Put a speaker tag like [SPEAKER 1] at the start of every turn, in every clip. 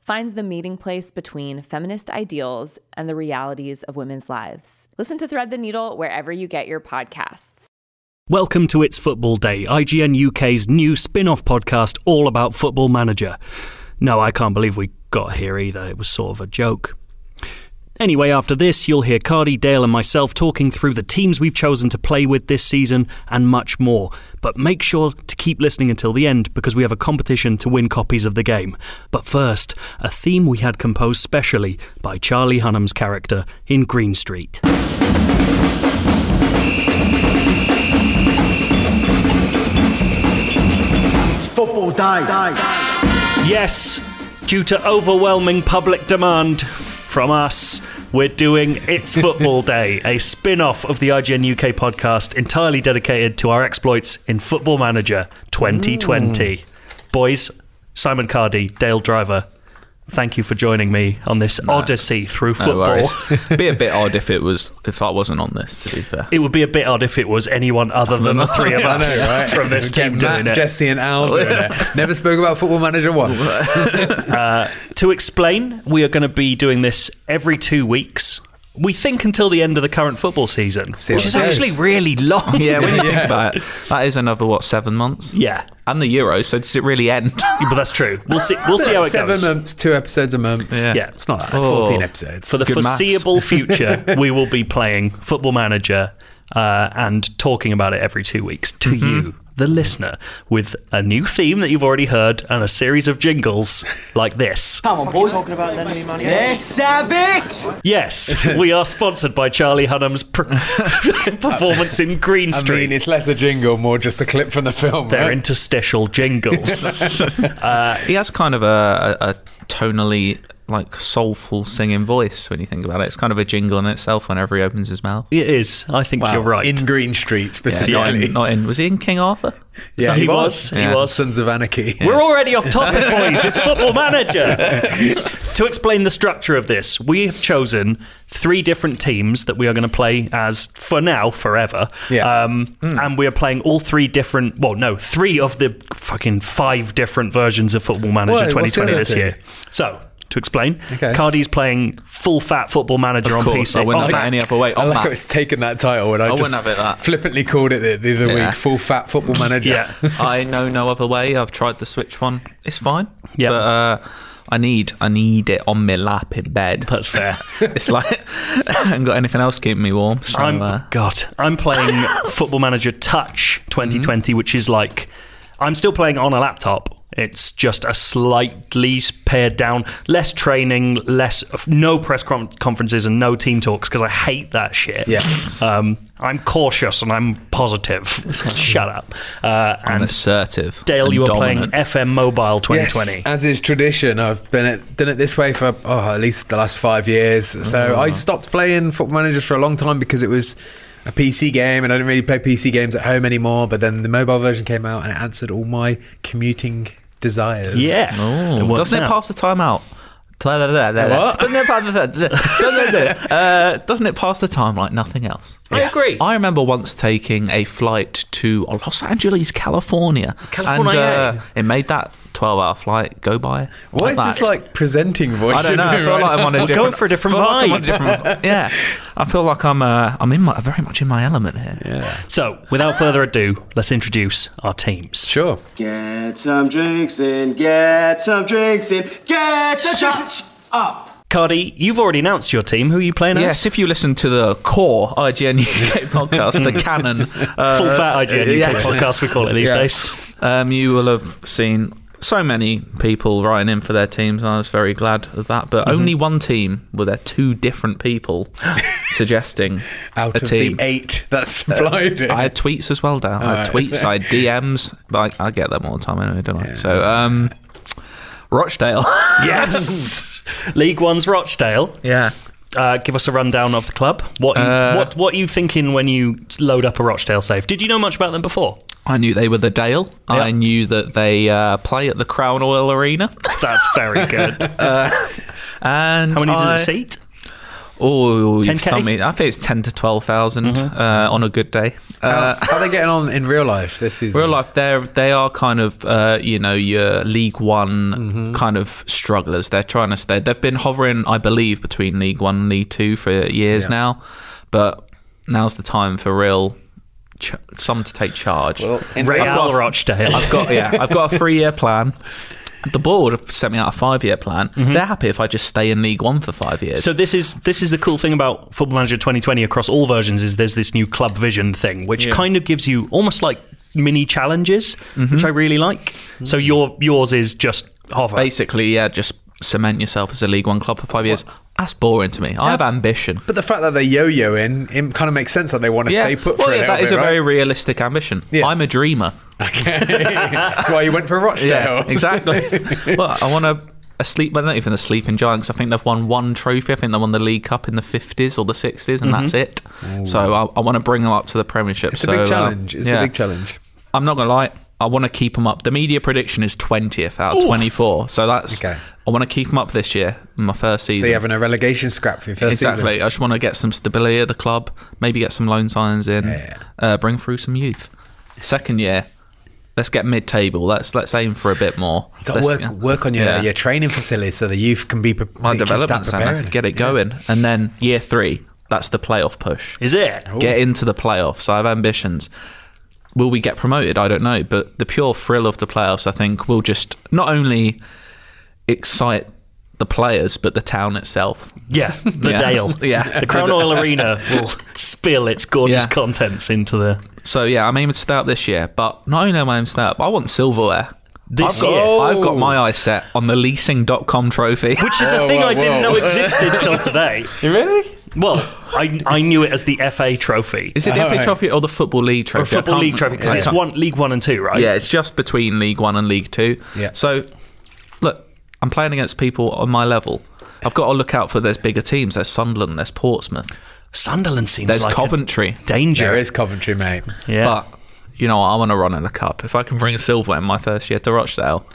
[SPEAKER 1] finds the meeting place between feminist ideals and the realities of women's lives. Listen to Thread the Needle wherever you get your podcasts.
[SPEAKER 2] Welcome to It's Football Day, IGN UK's new spin off podcast all about Football Manager. No, I can't believe we got here either. It was sort of a joke. Anyway, after this, you'll hear Cardi, Dale, and myself talking through the teams we've chosen to play with this season and much more. But make sure to keep listening until the end because we have a competition to win copies of the game. But first, a theme we had composed specially by Charlie Hunnam's character in Green Street.
[SPEAKER 3] It's football day.
[SPEAKER 2] Yes, due to overwhelming public demand from us, we're doing It's Football Day, a spin off of the IGN UK podcast entirely dedicated to our exploits in Football Manager 2020.
[SPEAKER 4] Mm.
[SPEAKER 2] Boys, Simon Cardy, Dale Driver, thank you for joining me on this odyssey through
[SPEAKER 5] No
[SPEAKER 2] football.
[SPEAKER 5] worries. Be a bit odd if it was if I wasn't on this. To be fair,
[SPEAKER 2] It would be a bit odd if it was anyone other than the three of
[SPEAKER 4] I
[SPEAKER 2] us
[SPEAKER 4] know, right?
[SPEAKER 2] from this
[SPEAKER 4] We get
[SPEAKER 2] team
[SPEAKER 4] Matt,
[SPEAKER 2] doing it.
[SPEAKER 4] Jesse and Al doing it. Never spoke about Football Manager once.
[SPEAKER 2] To explain, we are going to be doing this every two weeks. We think until the end of the current football season,
[SPEAKER 4] See
[SPEAKER 2] which
[SPEAKER 4] how
[SPEAKER 2] is
[SPEAKER 4] it goes.
[SPEAKER 2] actually really long.
[SPEAKER 5] yeah, when you think about it, that is another what seven months.
[SPEAKER 2] yeah,
[SPEAKER 5] and the Euros. So does it really end?
[SPEAKER 2] but that's true. We'll see. We'll see how it
[SPEAKER 4] Seven
[SPEAKER 2] goes.
[SPEAKER 4] months, two episodes a month.
[SPEAKER 2] Yeah,
[SPEAKER 4] It's not that. It's
[SPEAKER 5] Oh.
[SPEAKER 4] 14 episodes.
[SPEAKER 2] for the
[SPEAKER 5] Good maths.
[SPEAKER 2] foreseeable future, we will be playing Football Manager uh, and talking about it every two weeks to
[SPEAKER 4] Mm-hmm.
[SPEAKER 2] you, the listener, with a new theme that you've already heard and a series of jingles like this.
[SPEAKER 3] Come on, boys. Talking about lending me money. Let's have it.
[SPEAKER 2] Yes, we are sponsored by Charlie Hunnam's pr- performance in Green
[SPEAKER 4] I
[SPEAKER 2] Street.
[SPEAKER 4] mean, it's less a jingle, more just a clip from the film.
[SPEAKER 2] They're
[SPEAKER 4] right?
[SPEAKER 2] interstitial jingles.
[SPEAKER 5] he has kind of a, a, a tonally like soulful singing voice when you think about it. It's kind of a jingle in itself whenever he opens his mouth.
[SPEAKER 2] it is. I think
[SPEAKER 4] Wow.
[SPEAKER 2] you're right.
[SPEAKER 4] In Green Street
[SPEAKER 5] Yeah, not,
[SPEAKER 4] specifically.
[SPEAKER 5] in, not in. Was he in King Arthur?
[SPEAKER 4] Yeah,
[SPEAKER 2] he was. He
[SPEAKER 5] Yeah.
[SPEAKER 2] was.
[SPEAKER 4] Sons of Anarchy.
[SPEAKER 2] We're already off topic, boys. It's Football Manager. to explain the structure of this, we have chosen three different teams that we are going to play as for now, forever.
[SPEAKER 4] Yeah. Hmm.
[SPEAKER 2] Um, And we are playing all three different, well, no, three of the fucking five different versions of Football Manager
[SPEAKER 4] Why? What's the
[SPEAKER 2] 2020
[SPEAKER 4] other
[SPEAKER 2] this
[SPEAKER 4] two?
[SPEAKER 2] year. So. To explain,
[SPEAKER 4] Okay.
[SPEAKER 2] Cardi's playing full fat football manager
[SPEAKER 5] Of
[SPEAKER 2] on Oh,
[SPEAKER 5] course,
[SPEAKER 2] PC.
[SPEAKER 5] Oh, I
[SPEAKER 2] on
[SPEAKER 5] wouldn't have
[SPEAKER 2] Mac.
[SPEAKER 5] it any other way.
[SPEAKER 4] I
[SPEAKER 5] On
[SPEAKER 4] like how
[SPEAKER 5] that,
[SPEAKER 4] it's taken that title and I,
[SPEAKER 5] wouldn't
[SPEAKER 4] just
[SPEAKER 5] have it that.
[SPEAKER 4] flippantly called it the, the other
[SPEAKER 5] Yeah.
[SPEAKER 4] week, Full Fat Football Manager.
[SPEAKER 2] Yeah.
[SPEAKER 5] I know no other way. I've tried the Switch one. It's fine.
[SPEAKER 2] Yeah.
[SPEAKER 5] but uh, I need I need it on my lap in bed.
[SPEAKER 2] That's fair.
[SPEAKER 5] it's like I haven't got anything else keeping me warm. So,
[SPEAKER 2] I'm
[SPEAKER 5] uh,
[SPEAKER 2] God. I'm playing Football Manager Touch 2020,
[SPEAKER 5] Mm-hmm.
[SPEAKER 2] which is like I'm still playing on a laptop. It's just a slightly pared down, less training, less no press con- conferences and no team talks because I hate that shit.
[SPEAKER 4] Yes.
[SPEAKER 2] Um, I'm cautious and I'm positive. Shut up. Uh,
[SPEAKER 5] and
[SPEAKER 2] and
[SPEAKER 5] assertive.
[SPEAKER 2] Dale,
[SPEAKER 5] and
[SPEAKER 2] you are
[SPEAKER 5] dominant.
[SPEAKER 2] playing FM Mobile 2020.
[SPEAKER 4] Yes, as is tradition, I've been at, done it this way for
[SPEAKER 5] Ah.
[SPEAKER 4] oh, at least the last five years. So I stopped playing Football Manager for a long time because it was a PC game, and I didn't really play PC games at home anymore. But then the mobile version came out, and it answered all my commuting desires.
[SPEAKER 2] Yeah.
[SPEAKER 5] Oh,
[SPEAKER 2] works
[SPEAKER 5] doesn't it
[SPEAKER 2] out.
[SPEAKER 5] pass the time out? Tla- la- la- la- la.
[SPEAKER 4] What?
[SPEAKER 5] Doesn't it pass the time? Doesn't it? Uh, doesn't it pass the time like nothing else?
[SPEAKER 2] I agree.
[SPEAKER 5] I remember once taking a flight to Los Angeles, California,
[SPEAKER 2] California.
[SPEAKER 5] and uh, it made that twelve-hour flight go by.
[SPEAKER 4] Why is this
[SPEAKER 5] that.
[SPEAKER 4] like presenting voice?
[SPEAKER 5] I don't
[SPEAKER 4] in
[SPEAKER 5] know.
[SPEAKER 4] me
[SPEAKER 5] I feel
[SPEAKER 4] right
[SPEAKER 5] like I'm
[SPEAKER 4] now?
[SPEAKER 5] on a
[SPEAKER 2] We're
[SPEAKER 5] different.
[SPEAKER 2] going for a different
[SPEAKER 5] I feel like I'm on
[SPEAKER 2] vibe.
[SPEAKER 5] different vi- yeah, I feel like I'm. Uh, I'm in my very much in my element here.
[SPEAKER 2] So, without further ado, let's introduce our teams.
[SPEAKER 4] Sure.
[SPEAKER 3] Get some drinks in, get some drinks in, get some drinks in.
[SPEAKER 2] Cardi, you've already announced your team. Who are you playing
[SPEAKER 5] Yes,
[SPEAKER 2] as?
[SPEAKER 5] if you listen to the core IGN UK podcast, the canon, uh,
[SPEAKER 2] Full fat IGN UK
[SPEAKER 5] yes.
[SPEAKER 2] podcast, we call it these
[SPEAKER 5] Yeah.
[SPEAKER 2] days.
[SPEAKER 5] Um, you will have seen so many people writing in for their teams, and I was very glad of that. But
[SPEAKER 2] Mm-hmm.
[SPEAKER 5] only one team were there two different people suggesting
[SPEAKER 4] Out
[SPEAKER 5] a
[SPEAKER 4] of
[SPEAKER 5] team. Uh,
[SPEAKER 4] the eight that's supplied.
[SPEAKER 5] I had tweets as well, Dan. I had
[SPEAKER 4] Alright.
[SPEAKER 5] tweets, I had DMs, but I, I get them all the time anyway, don't I? So, um, Rochdale.
[SPEAKER 2] Yes. League One's Rochdale.
[SPEAKER 5] yeah.
[SPEAKER 2] Uh, give us a rundown of the club. What you,
[SPEAKER 5] Uh,
[SPEAKER 2] what what are you thinking when you load up a Rochdale save? Did you know much about them before?
[SPEAKER 5] I knew they were the Dale. I
[SPEAKER 2] Yeah.
[SPEAKER 5] knew that they uh, play at the Crown Oil Arena.
[SPEAKER 2] That's very good.
[SPEAKER 5] And
[SPEAKER 2] How many does
[SPEAKER 5] I-
[SPEAKER 2] it seat?
[SPEAKER 5] Oh, you
[SPEAKER 2] 10K?
[SPEAKER 5] stumped me. I think it's ten to twelve uh, on a good day.
[SPEAKER 4] How, how are they getting on in real life this season?
[SPEAKER 5] uh, Real life, they're they are kind of uh, you know your League One kind of strugglers. They're trying to stay. They've been hovering, I believe, between League One and League Two for years
[SPEAKER 4] Yeah.
[SPEAKER 5] now, but now's the time for real. Ch- some to take charge.
[SPEAKER 4] Well, in
[SPEAKER 2] Real
[SPEAKER 4] real
[SPEAKER 5] I've got-
[SPEAKER 2] Rochdale.
[SPEAKER 5] I've got yeah, I've got a three year plan. The board have sent me out a five year plan. They're happy if I just stay in League One for five years.
[SPEAKER 2] So this is this is the cool thing about Football Manager 2020 across all versions is there's this new club vision thing, which kind of gives you almost like mini challenges,
[SPEAKER 5] Mm-hmm.
[SPEAKER 2] which I really like. So your yours is just hover.
[SPEAKER 5] basically, yeah, just cement yourself as a League One club for five years. That's boring to me. I have ambition.
[SPEAKER 4] But the fact that they're yo-yoing, it kind of makes sense that they want to stay put
[SPEAKER 5] well,
[SPEAKER 4] for a
[SPEAKER 5] yeah,
[SPEAKER 4] little
[SPEAKER 5] that is
[SPEAKER 4] bit,
[SPEAKER 5] a
[SPEAKER 4] right?
[SPEAKER 5] very realistic ambition.
[SPEAKER 4] Yeah.
[SPEAKER 5] I'm a dreamer.
[SPEAKER 4] That's why you went for Rochdale.
[SPEAKER 5] Yeah, exactly. well, I want to. A sleep, well, not even the sleeping giants. I think they've won one trophy. I think they won the League Cup in the fifties or the sixties, and that's it. So I, I want to bring them up to the Premiership.
[SPEAKER 4] It's
[SPEAKER 5] so,
[SPEAKER 4] a
[SPEAKER 5] uh,
[SPEAKER 4] big challenge. It's
[SPEAKER 5] yeah.
[SPEAKER 4] a big challenge.
[SPEAKER 5] I'm not gonna lie. I want to keep them up. The media prediction is twentieth out of twenty-four. So that's.
[SPEAKER 4] Okay.
[SPEAKER 5] I want to keep them up this year. My first season.
[SPEAKER 4] So you're having a relegation scrap for your first
[SPEAKER 5] Exactly.
[SPEAKER 4] season.
[SPEAKER 5] I just want to get some stability at the club, maybe get some loan signings in,
[SPEAKER 4] Yeah.
[SPEAKER 5] uh, bring through some youth. Second year, let's get mid-table. Let's let's aim for a bit more.
[SPEAKER 4] You got to
[SPEAKER 5] Let's-
[SPEAKER 4] work work on your,
[SPEAKER 5] yeah.
[SPEAKER 4] your training facilities so the youth can be pre-
[SPEAKER 5] my
[SPEAKER 4] they can
[SPEAKER 5] development
[SPEAKER 4] start
[SPEAKER 5] center,
[SPEAKER 4] preparing.
[SPEAKER 5] get it going, and then year three, that's the playoff push.
[SPEAKER 2] Is it?
[SPEAKER 4] Oh.
[SPEAKER 5] Get into the playoffs. I have ambitions. Will we get promoted? I don't know, but the pure thrill of the playoffs, I think, will just not only excite the players but the town itself.
[SPEAKER 2] Yeah, the
[SPEAKER 5] Yeah.
[SPEAKER 2] Dale.
[SPEAKER 5] Yeah.
[SPEAKER 2] the Crown Oil Arena will spill its gorgeous
[SPEAKER 5] Yeah.
[SPEAKER 2] contents into the.
[SPEAKER 5] So yeah, I'm aiming to stay up this year, but not only am I aiming to stay up, I want silverware.
[SPEAKER 2] This
[SPEAKER 5] I've got,
[SPEAKER 2] year?
[SPEAKER 5] I've got my eye set on the leasing.com trophy.
[SPEAKER 2] Which is a thing
[SPEAKER 4] whoa,
[SPEAKER 2] I didn't
[SPEAKER 4] whoa.
[SPEAKER 2] know existed till today.
[SPEAKER 4] Really?
[SPEAKER 2] Well, I, I knew it as the FA Trophy,
[SPEAKER 5] is it the FA Trophy or the Football League Trophy?
[SPEAKER 2] or
[SPEAKER 5] I
[SPEAKER 2] Football
[SPEAKER 5] can't-
[SPEAKER 2] League Trophy, because
[SPEAKER 5] I
[SPEAKER 2] it's
[SPEAKER 5] can't-
[SPEAKER 2] one League One and Two, right?
[SPEAKER 5] Yeah, it's just between League One and League Two.
[SPEAKER 4] Yeah.
[SPEAKER 5] So, look, I'm playing against people on my level. I've got to look out for there's bigger teams. There's Sunderland. There's Portsmouth.
[SPEAKER 2] Sunderland seems
[SPEAKER 5] There's
[SPEAKER 2] like a
[SPEAKER 5] Coventry.
[SPEAKER 2] danger.
[SPEAKER 4] There is Coventry, mate.
[SPEAKER 2] yeah.
[SPEAKER 5] But you know, what? I want to run in the cup. If I can bring silver in my first year to Rochdale,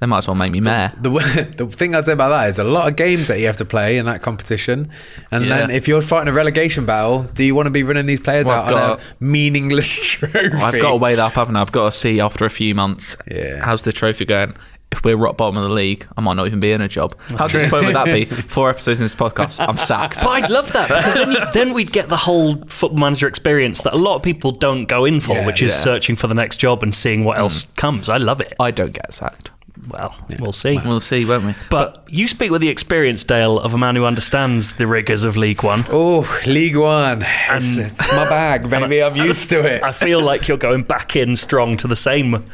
[SPEAKER 5] they might as well make me mayor.
[SPEAKER 4] The, w- the thing I'd say about that is a lot of games that you have to play in that competition. And
[SPEAKER 5] Yeah.
[SPEAKER 4] then if you're fighting a relegation battle, do you want to be running these players
[SPEAKER 5] Well,
[SPEAKER 4] out
[SPEAKER 5] I've
[SPEAKER 4] on
[SPEAKER 5] got-
[SPEAKER 4] a meaningless trophy?
[SPEAKER 5] Well, I've got to weigh that up, haven't I? I've got to see after a few months.
[SPEAKER 4] Yeah.
[SPEAKER 5] How's the trophy going? If we're rock bottom of the league, I might not even be in a job. How disappointing would that be? Four episodes in this podcast, I'm sacked.
[SPEAKER 2] But I'd love that because then, you, then we'd get the whole football manager experience that a lot of people don't go in for,
[SPEAKER 4] Yeah,
[SPEAKER 2] which is
[SPEAKER 5] yeah. Hmm.
[SPEAKER 2] searching for the next job and seeing what else comes. I love it.
[SPEAKER 5] I don't get sacked.
[SPEAKER 2] Well, we'll see.
[SPEAKER 5] We'll see, won't we?
[SPEAKER 2] but you speak with the experience, Dale, of a man who understands the rigours of League One.
[SPEAKER 4] Oh, League One. It's, it's my bag, baby. I'm used to it.
[SPEAKER 2] I feel like you're going back in strong to the same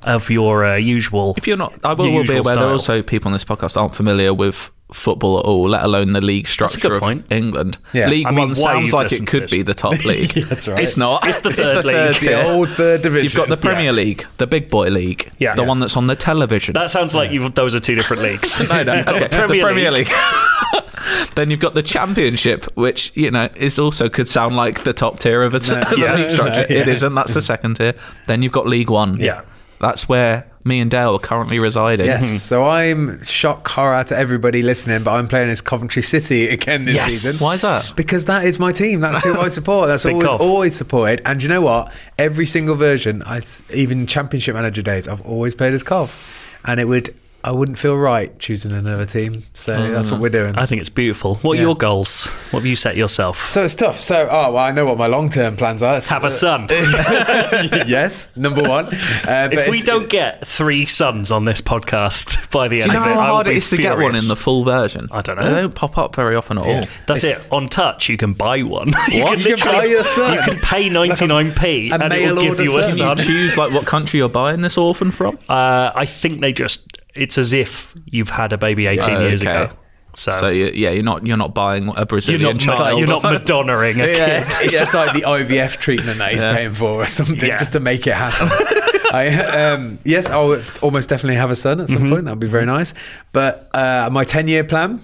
[SPEAKER 2] of your uh, usual.
[SPEAKER 5] If you're not, I will,
[SPEAKER 2] Your
[SPEAKER 5] will be
[SPEAKER 2] usual
[SPEAKER 5] aware there are
[SPEAKER 2] style.
[SPEAKER 5] also people on this podcast aren't familiar with football at all, let alone the
[SPEAKER 2] a
[SPEAKER 5] league
[SPEAKER 2] good
[SPEAKER 5] structure
[SPEAKER 2] point.
[SPEAKER 5] of England.
[SPEAKER 4] Yeah.
[SPEAKER 5] League
[SPEAKER 2] I mean,
[SPEAKER 5] One
[SPEAKER 2] why
[SPEAKER 5] sounds
[SPEAKER 2] you
[SPEAKER 5] like
[SPEAKER 2] listen
[SPEAKER 5] it
[SPEAKER 2] to
[SPEAKER 5] could
[SPEAKER 2] this?
[SPEAKER 5] be the top league.
[SPEAKER 4] That's right.
[SPEAKER 5] It's not.
[SPEAKER 2] It's the third league.
[SPEAKER 5] third
[SPEAKER 2] It's
[SPEAKER 4] the
[SPEAKER 5] tier.
[SPEAKER 4] old third division.
[SPEAKER 5] You've got the Premier
[SPEAKER 2] Yeah.
[SPEAKER 5] League, the big boy league,
[SPEAKER 2] Yeah.
[SPEAKER 5] the
[SPEAKER 2] Yeah.
[SPEAKER 5] one that's on the television.
[SPEAKER 2] That sounds like you. Those are two different leagues.
[SPEAKER 5] no, no, okay, the
[SPEAKER 2] Premier
[SPEAKER 5] Premier League. then you've got the Championship, which you know is also could sound like the top tier of a t- of a
[SPEAKER 2] yeah.
[SPEAKER 5] league structure.
[SPEAKER 4] Yeah.
[SPEAKER 5] It isn't. That's the second tier. Then you've got League One.
[SPEAKER 2] Yeah.
[SPEAKER 5] that's where me and Dale are currently residing.
[SPEAKER 4] Yes,
[SPEAKER 2] Mm-hmm.
[SPEAKER 4] so I'm shock horror to everybody listening, but I'm playing as Coventry City again this
[SPEAKER 2] Yes.
[SPEAKER 4] season.
[SPEAKER 5] Why is that?
[SPEAKER 4] Because that is my team. That's who I support. That's
[SPEAKER 2] Big
[SPEAKER 4] always
[SPEAKER 2] Cov.
[SPEAKER 4] always supported. And you know what? Every single version, I s- even Championship Manager days, I've always played as Cov, and it would I wouldn't feel right choosing another team. So that's what we're doing.
[SPEAKER 2] Mm. I think it's beautiful. What are
[SPEAKER 4] Yeah.
[SPEAKER 2] your goals? What have you set yourself?
[SPEAKER 4] so it's tough. So, oh, well, I know what my long term plans are. It's-
[SPEAKER 2] Have a son.
[SPEAKER 4] yes, number one. Uh, but
[SPEAKER 2] if we
[SPEAKER 4] it's-
[SPEAKER 2] don't get three sons on this podcast by the
[SPEAKER 5] Do
[SPEAKER 2] end
[SPEAKER 5] you know
[SPEAKER 2] of it,
[SPEAKER 5] how
[SPEAKER 2] I will
[SPEAKER 5] hard it
[SPEAKER 2] be
[SPEAKER 5] is to get one
[SPEAKER 2] furious.
[SPEAKER 5] in the full version?
[SPEAKER 2] I don't know.
[SPEAKER 5] They don't pop up very often at all.
[SPEAKER 2] That's
[SPEAKER 4] It's-
[SPEAKER 2] it. On touch, you can buy one. you, can
[SPEAKER 5] What?
[SPEAKER 4] You can
[SPEAKER 2] literally-
[SPEAKER 4] buy your son.
[SPEAKER 2] You can pay 99p
[SPEAKER 4] a
[SPEAKER 2] and it will
[SPEAKER 4] mail
[SPEAKER 2] give
[SPEAKER 4] order
[SPEAKER 2] you a
[SPEAKER 4] son.
[SPEAKER 2] son.
[SPEAKER 5] Can you choose like what country you're buying this orphan from?
[SPEAKER 2] Uh, I think they just, it's as if you've had a baby 18
[SPEAKER 5] Oh,
[SPEAKER 2] years
[SPEAKER 5] okay.
[SPEAKER 2] ago. So,
[SPEAKER 5] So you, yeah, you're not you're not buying a
[SPEAKER 2] you're
[SPEAKER 5] Brazilian
[SPEAKER 2] not,
[SPEAKER 5] child.
[SPEAKER 2] you're not
[SPEAKER 5] or something.
[SPEAKER 2] Madonnering a
[SPEAKER 5] Yeah.
[SPEAKER 2] kid.
[SPEAKER 4] It's just like the IVF treatment that he's paying for or something
[SPEAKER 2] Yeah.
[SPEAKER 4] just to make it happen. I, um, yes, I'll almost definitely have a son at some point. That would be very nice. But uh, my 10 year plan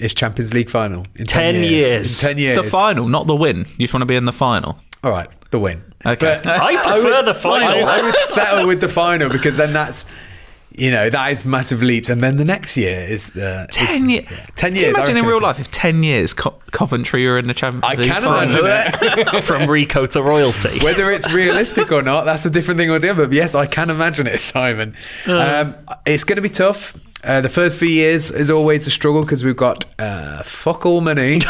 [SPEAKER 4] is Champions League final. In
[SPEAKER 2] 10 years.
[SPEAKER 4] In 10 years.
[SPEAKER 5] The final, not the win. You just want to be in the final.
[SPEAKER 4] All right, the win.
[SPEAKER 5] Okay.
[SPEAKER 2] I prefer
[SPEAKER 4] would-
[SPEAKER 2] the final.
[SPEAKER 4] I, I would settle with the final because then that's. You know that is massive leaps, and then the next year is the is-
[SPEAKER 5] ten years.
[SPEAKER 4] yeah,
[SPEAKER 5] Can
[SPEAKER 4] Ten years. I
[SPEAKER 5] you imagine in
[SPEAKER 4] reckon.
[SPEAKER 5] real life if ten years Co- Coventry are in the Champions
[SPEAKER 4] I
[SPEAKER 5] League
[SPEAKER 4] can
[SPEAKER 5] final?
[SPEAKER 4] imagine it.
[SPEAKER 2] From Rico to royalty.
[SPEAKER 4] Whether it's realistic or not, that's a different thing altogether. But yes, I can imagine it, Simon.
[SPEAKER 5] Uh.
[SPEAKER 4] Um, it's going to be tough. Uh, the first few years is always a struggle because we've got uh, fuck all money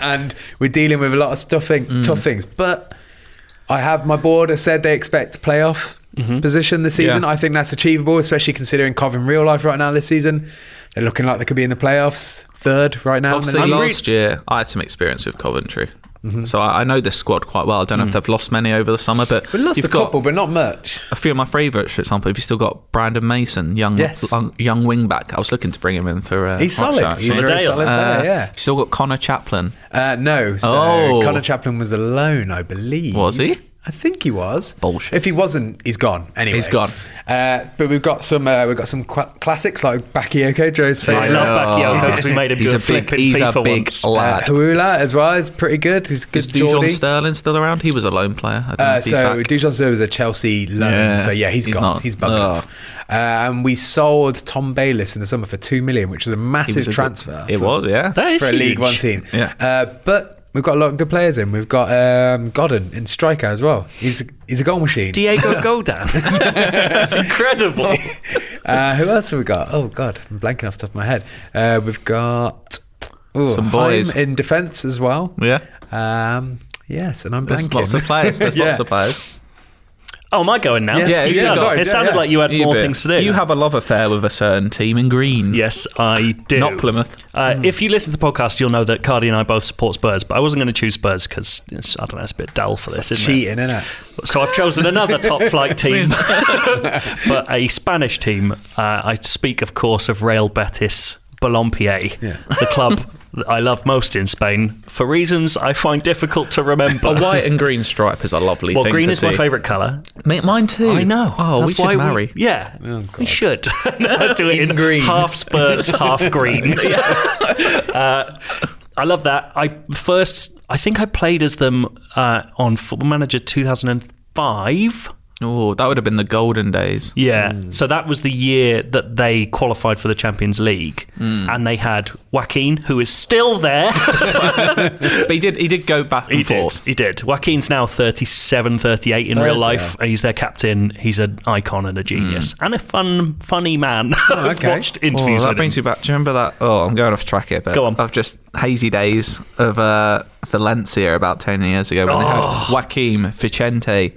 [SPEAKER 4] and we're dealing with a lot of stuffing,
[SPEAKER 5] Mm.
[SPEAKER 4] tough things. But I have my board has said they expect playoff position this season.
[SPEAKER 5] Mm-hmm. Yeah.
[SPEAKER 4] I think that's achievable, especially considering Cov in real life right now this season. They're looking like they could be in the playoffs, third right now. in the Mm-hmm.
[SPEAKER 5] Obviously,
[SPEAKER 4] league.
[SPEAKER 5] last year I had some experience with Coventry, so I, I know this squad quite well. I don't know if they've lost many over the summer, but
[SPEAKER 4] Mm. we lost
[SPEAKER 5] you've
[SPEAKER 4] a couple,
[SPEAKER 5] got
[SPEAKER 4] but not much.
[SPEAKER 5] a few of my favourites. For example, if you still got Brandon Mason, young
[SPEAKER 4] Yes.
[SPEAKER 5] long- young wing back. I was looking to bring him in for. Uh,
[SPEAKER 4] He's solid.
[SPEAKER 5] Oxford,
[SPEAKER 4] He's a
[SPEAKER 5] actually.
[SPEAKER 4] very
[SPEAKER 2] Dale.
[SPEAKER 4] solid player.
[SPEAKER 5] Uh,
[SPEAKER 4] Yeah.
[SPEAKER 5] you've still got Connor Chaplin.
[SPEAKER 4] Uh, no. So
[SPEAKER 5] Oh.
[SPEAKER 4] Connor Chaplin was alone, I believe.
[SPEAKER 5] Was he?
[SPEAKER 4] I think he was.
[SPEAKER 5] Bullshit.
[SPEAKER 4] If he wasn't, he's gone. Anyway,
[SPEAKER 5] He's gone.
[SPEAKER 4] Uh, but we've got some. Uh, we've got some qu- classics like Bakayoko, Joe's
[SPEAKER 2] I
[SPEAKER 4] favorite.
[SPEAKER 2] love Bakayoko because we made him
[SPEAKER 5] Oh. He's
[SPEAKER 2] do
[SPEAKER 5] a
[SPEAKER 2] a, flip
[SPEAKER 5] big,
[SPEAKER 2] in
[SPEAKER 5] he's a
[SPEAKER 2] FIFA
[SPEAKER 5] big
[SPEAKER 2] once.
[SPEAKER 4] Uh,
[SPEAKER 5] lad.
[SPEAKER 4] Hula as well is pretty good. He's a good.
[SPEAKER 5] Is Dijon
[SPEAKER 4] Geordie.
[SPEAKER 5] Sterling still around? He was a lone player. I don't know
[SPEAKER 4] Uh,
[SPEAKER 5] if he's
[SPEAKER 4] so
[SPEAKER 5] back.
[SPEAKER 4] Dijon Silva is a Chelsea loan,
[SPEAKER 5] Yeah.
[SPEAKER 4] so yeah, he's
[SPEAKER 5] He's
[SPEAKER 4] gone.
[SPEAKER 5] not-
[SPEAKER 4] he's bugged
[SPEAKER 5] Ugh.
[SPEAKER 4] off. Uh, and we sold Tom Bayliss in the summer for two million, which is a
[SPEAKER 5] He was
[SPEAKER 4] massive
[SPEAKER 5] a good-
[SPEAKER 4] transfer.
[SPEAKER 5] It
[SPEAKER 4] for-
[SPEAKER 5] was, yeah.
[SPEAKER 2] That is
[SPEAKER 4] for a
[SPEAKER 2] huge.
[SPEAKER 4] League One team.
[SPEAKER 5] Yeah.
[SPEAKER 4] Uh, but we've got a lot of good players in. We've got um, Godden in striker as well. He's he's a goal machine.
[SPEAKER 2] Diego Godan. That's incredible.
[SPEAKER 4] uh, who else have we got? Oh God, I'm blanking off the top of my head. Uh, we've got ooh,
[SPEAKER 5] Some
[SPEAKER 4] Heim
[SPEAKER 5] boys.
[SPEAKER 4] in defence as well.
[SPEAKER 5] Yeah.
[SPEAKER 4] Um, yes, and I'm
[SPEAKER 5] There's
[SPEAKER 4] blanking.
[SPEAKER 5] lots of players. There's
[SPEAKER 4] Yeah.
[SPEAKER 5] lots of players.
[SPEAKER 2] Oh, am I going now?
[SPEAKER 4] Yes. Yeah,
[SPEAKER 2] You
[SPEAKER 5] yeah,
[SPEAKER 2] go.
[SPEAKER 5] sorry,
[SPEAKER 2] It
[SPEAKER 4] yeah,
[SPEAKER 2] sounded
[SPEAKER 4] yeah.
[SPEAKER 2] like you had
[SPEAKER 5] You
[SPEAKER 2] more
[SPEAKER 5] bit.
[SPEAKER 2] things to do.
[SPEAKER 5] You have a love affair with a certain team in green.
[SPEAKER 2] Yes, I do.
[SPEAKER 5] Not Plymouth.
[SPEAKER 2] Uh, If you listen to the podcast, you'll know that Cardi and I both support Spurs, but I wasn't going to choose Spurs because I don't know, it's a bit dull for this, isn't
[SPEAKER 4] Cheating, isn't it?
[SPEAKER 2] it? So I've chosen another top flight team, but a Spanish team. Uh, I speak, of course, of Real Betis Balompié,
[SPEAKER 4] Yeah.
[SPEAKER 2] the club that I love most in Spain for reasons I find difficult to remember.
[SPEAKER 5] A white and green stripe is a lovely
[SPEAKER 2] well,
[SPEAKER 5] thing
[SPEAKER 2] green
[SPEAKER 5] to
[SPEAKER 2] is
[SPEAKER 5] see.
[SPEAKER 2] my favourite colour.
[SPEAKER 5] favourite. Mine too.
[SPEAKER 2] I know.
[SPEAKER 5] Oh,
[SPEAKER 2] That's
[SPEAKER 5] we
[SPEAKER 2] why
[SPEAKER 5] should marry.
[SPEAKER 2] yeah, we should. Do it in,
[SPEAKER 4] Oh, In green.
[SPEAKER 2] half Spurs, half green. Uh, I love that. I first, I think I played as them uh, on Football Manager 2005.
[SPEAKER 5] Oh, that would have been the golden days.
[SPEAKER 2] Yeah.
[SPEAKER 5] Hmm.
[SPEAKER 2] So that was the year that they qualified for the Champions League, and they had Joaquin, who is still there.
[SPEAKER 5] But he did. He did go back and
[SPEAKER 2] He did.
[SPEAKER 5] forth.
[SPEAKER 2] He did. Joaquin's now 37, 38 in real
[SPEAKER 4] yeah.
[SPEAKER 2] life. He's their captain. He's an icon and a genius and a fun, funny man. I've
[SPEAKER 4] okay.
[SPEAKER 2] watched interviews
[SPEAKER 5] Oh, that
[SPEAKER 2] with
[SPEAKER 5] brings
[SPEAKER 2] him.
[SPEAKER 5] me back. Do you remember that? Oh, I'm going off track here, but
[SPEAKER 2] Go on.
[SPEAKER 5] I've just hazy days of uh, Valencia about 10 years ago when they had
[SPEAKER 2] Oh.
[SPEAKER 5] Joaquim, Vicente,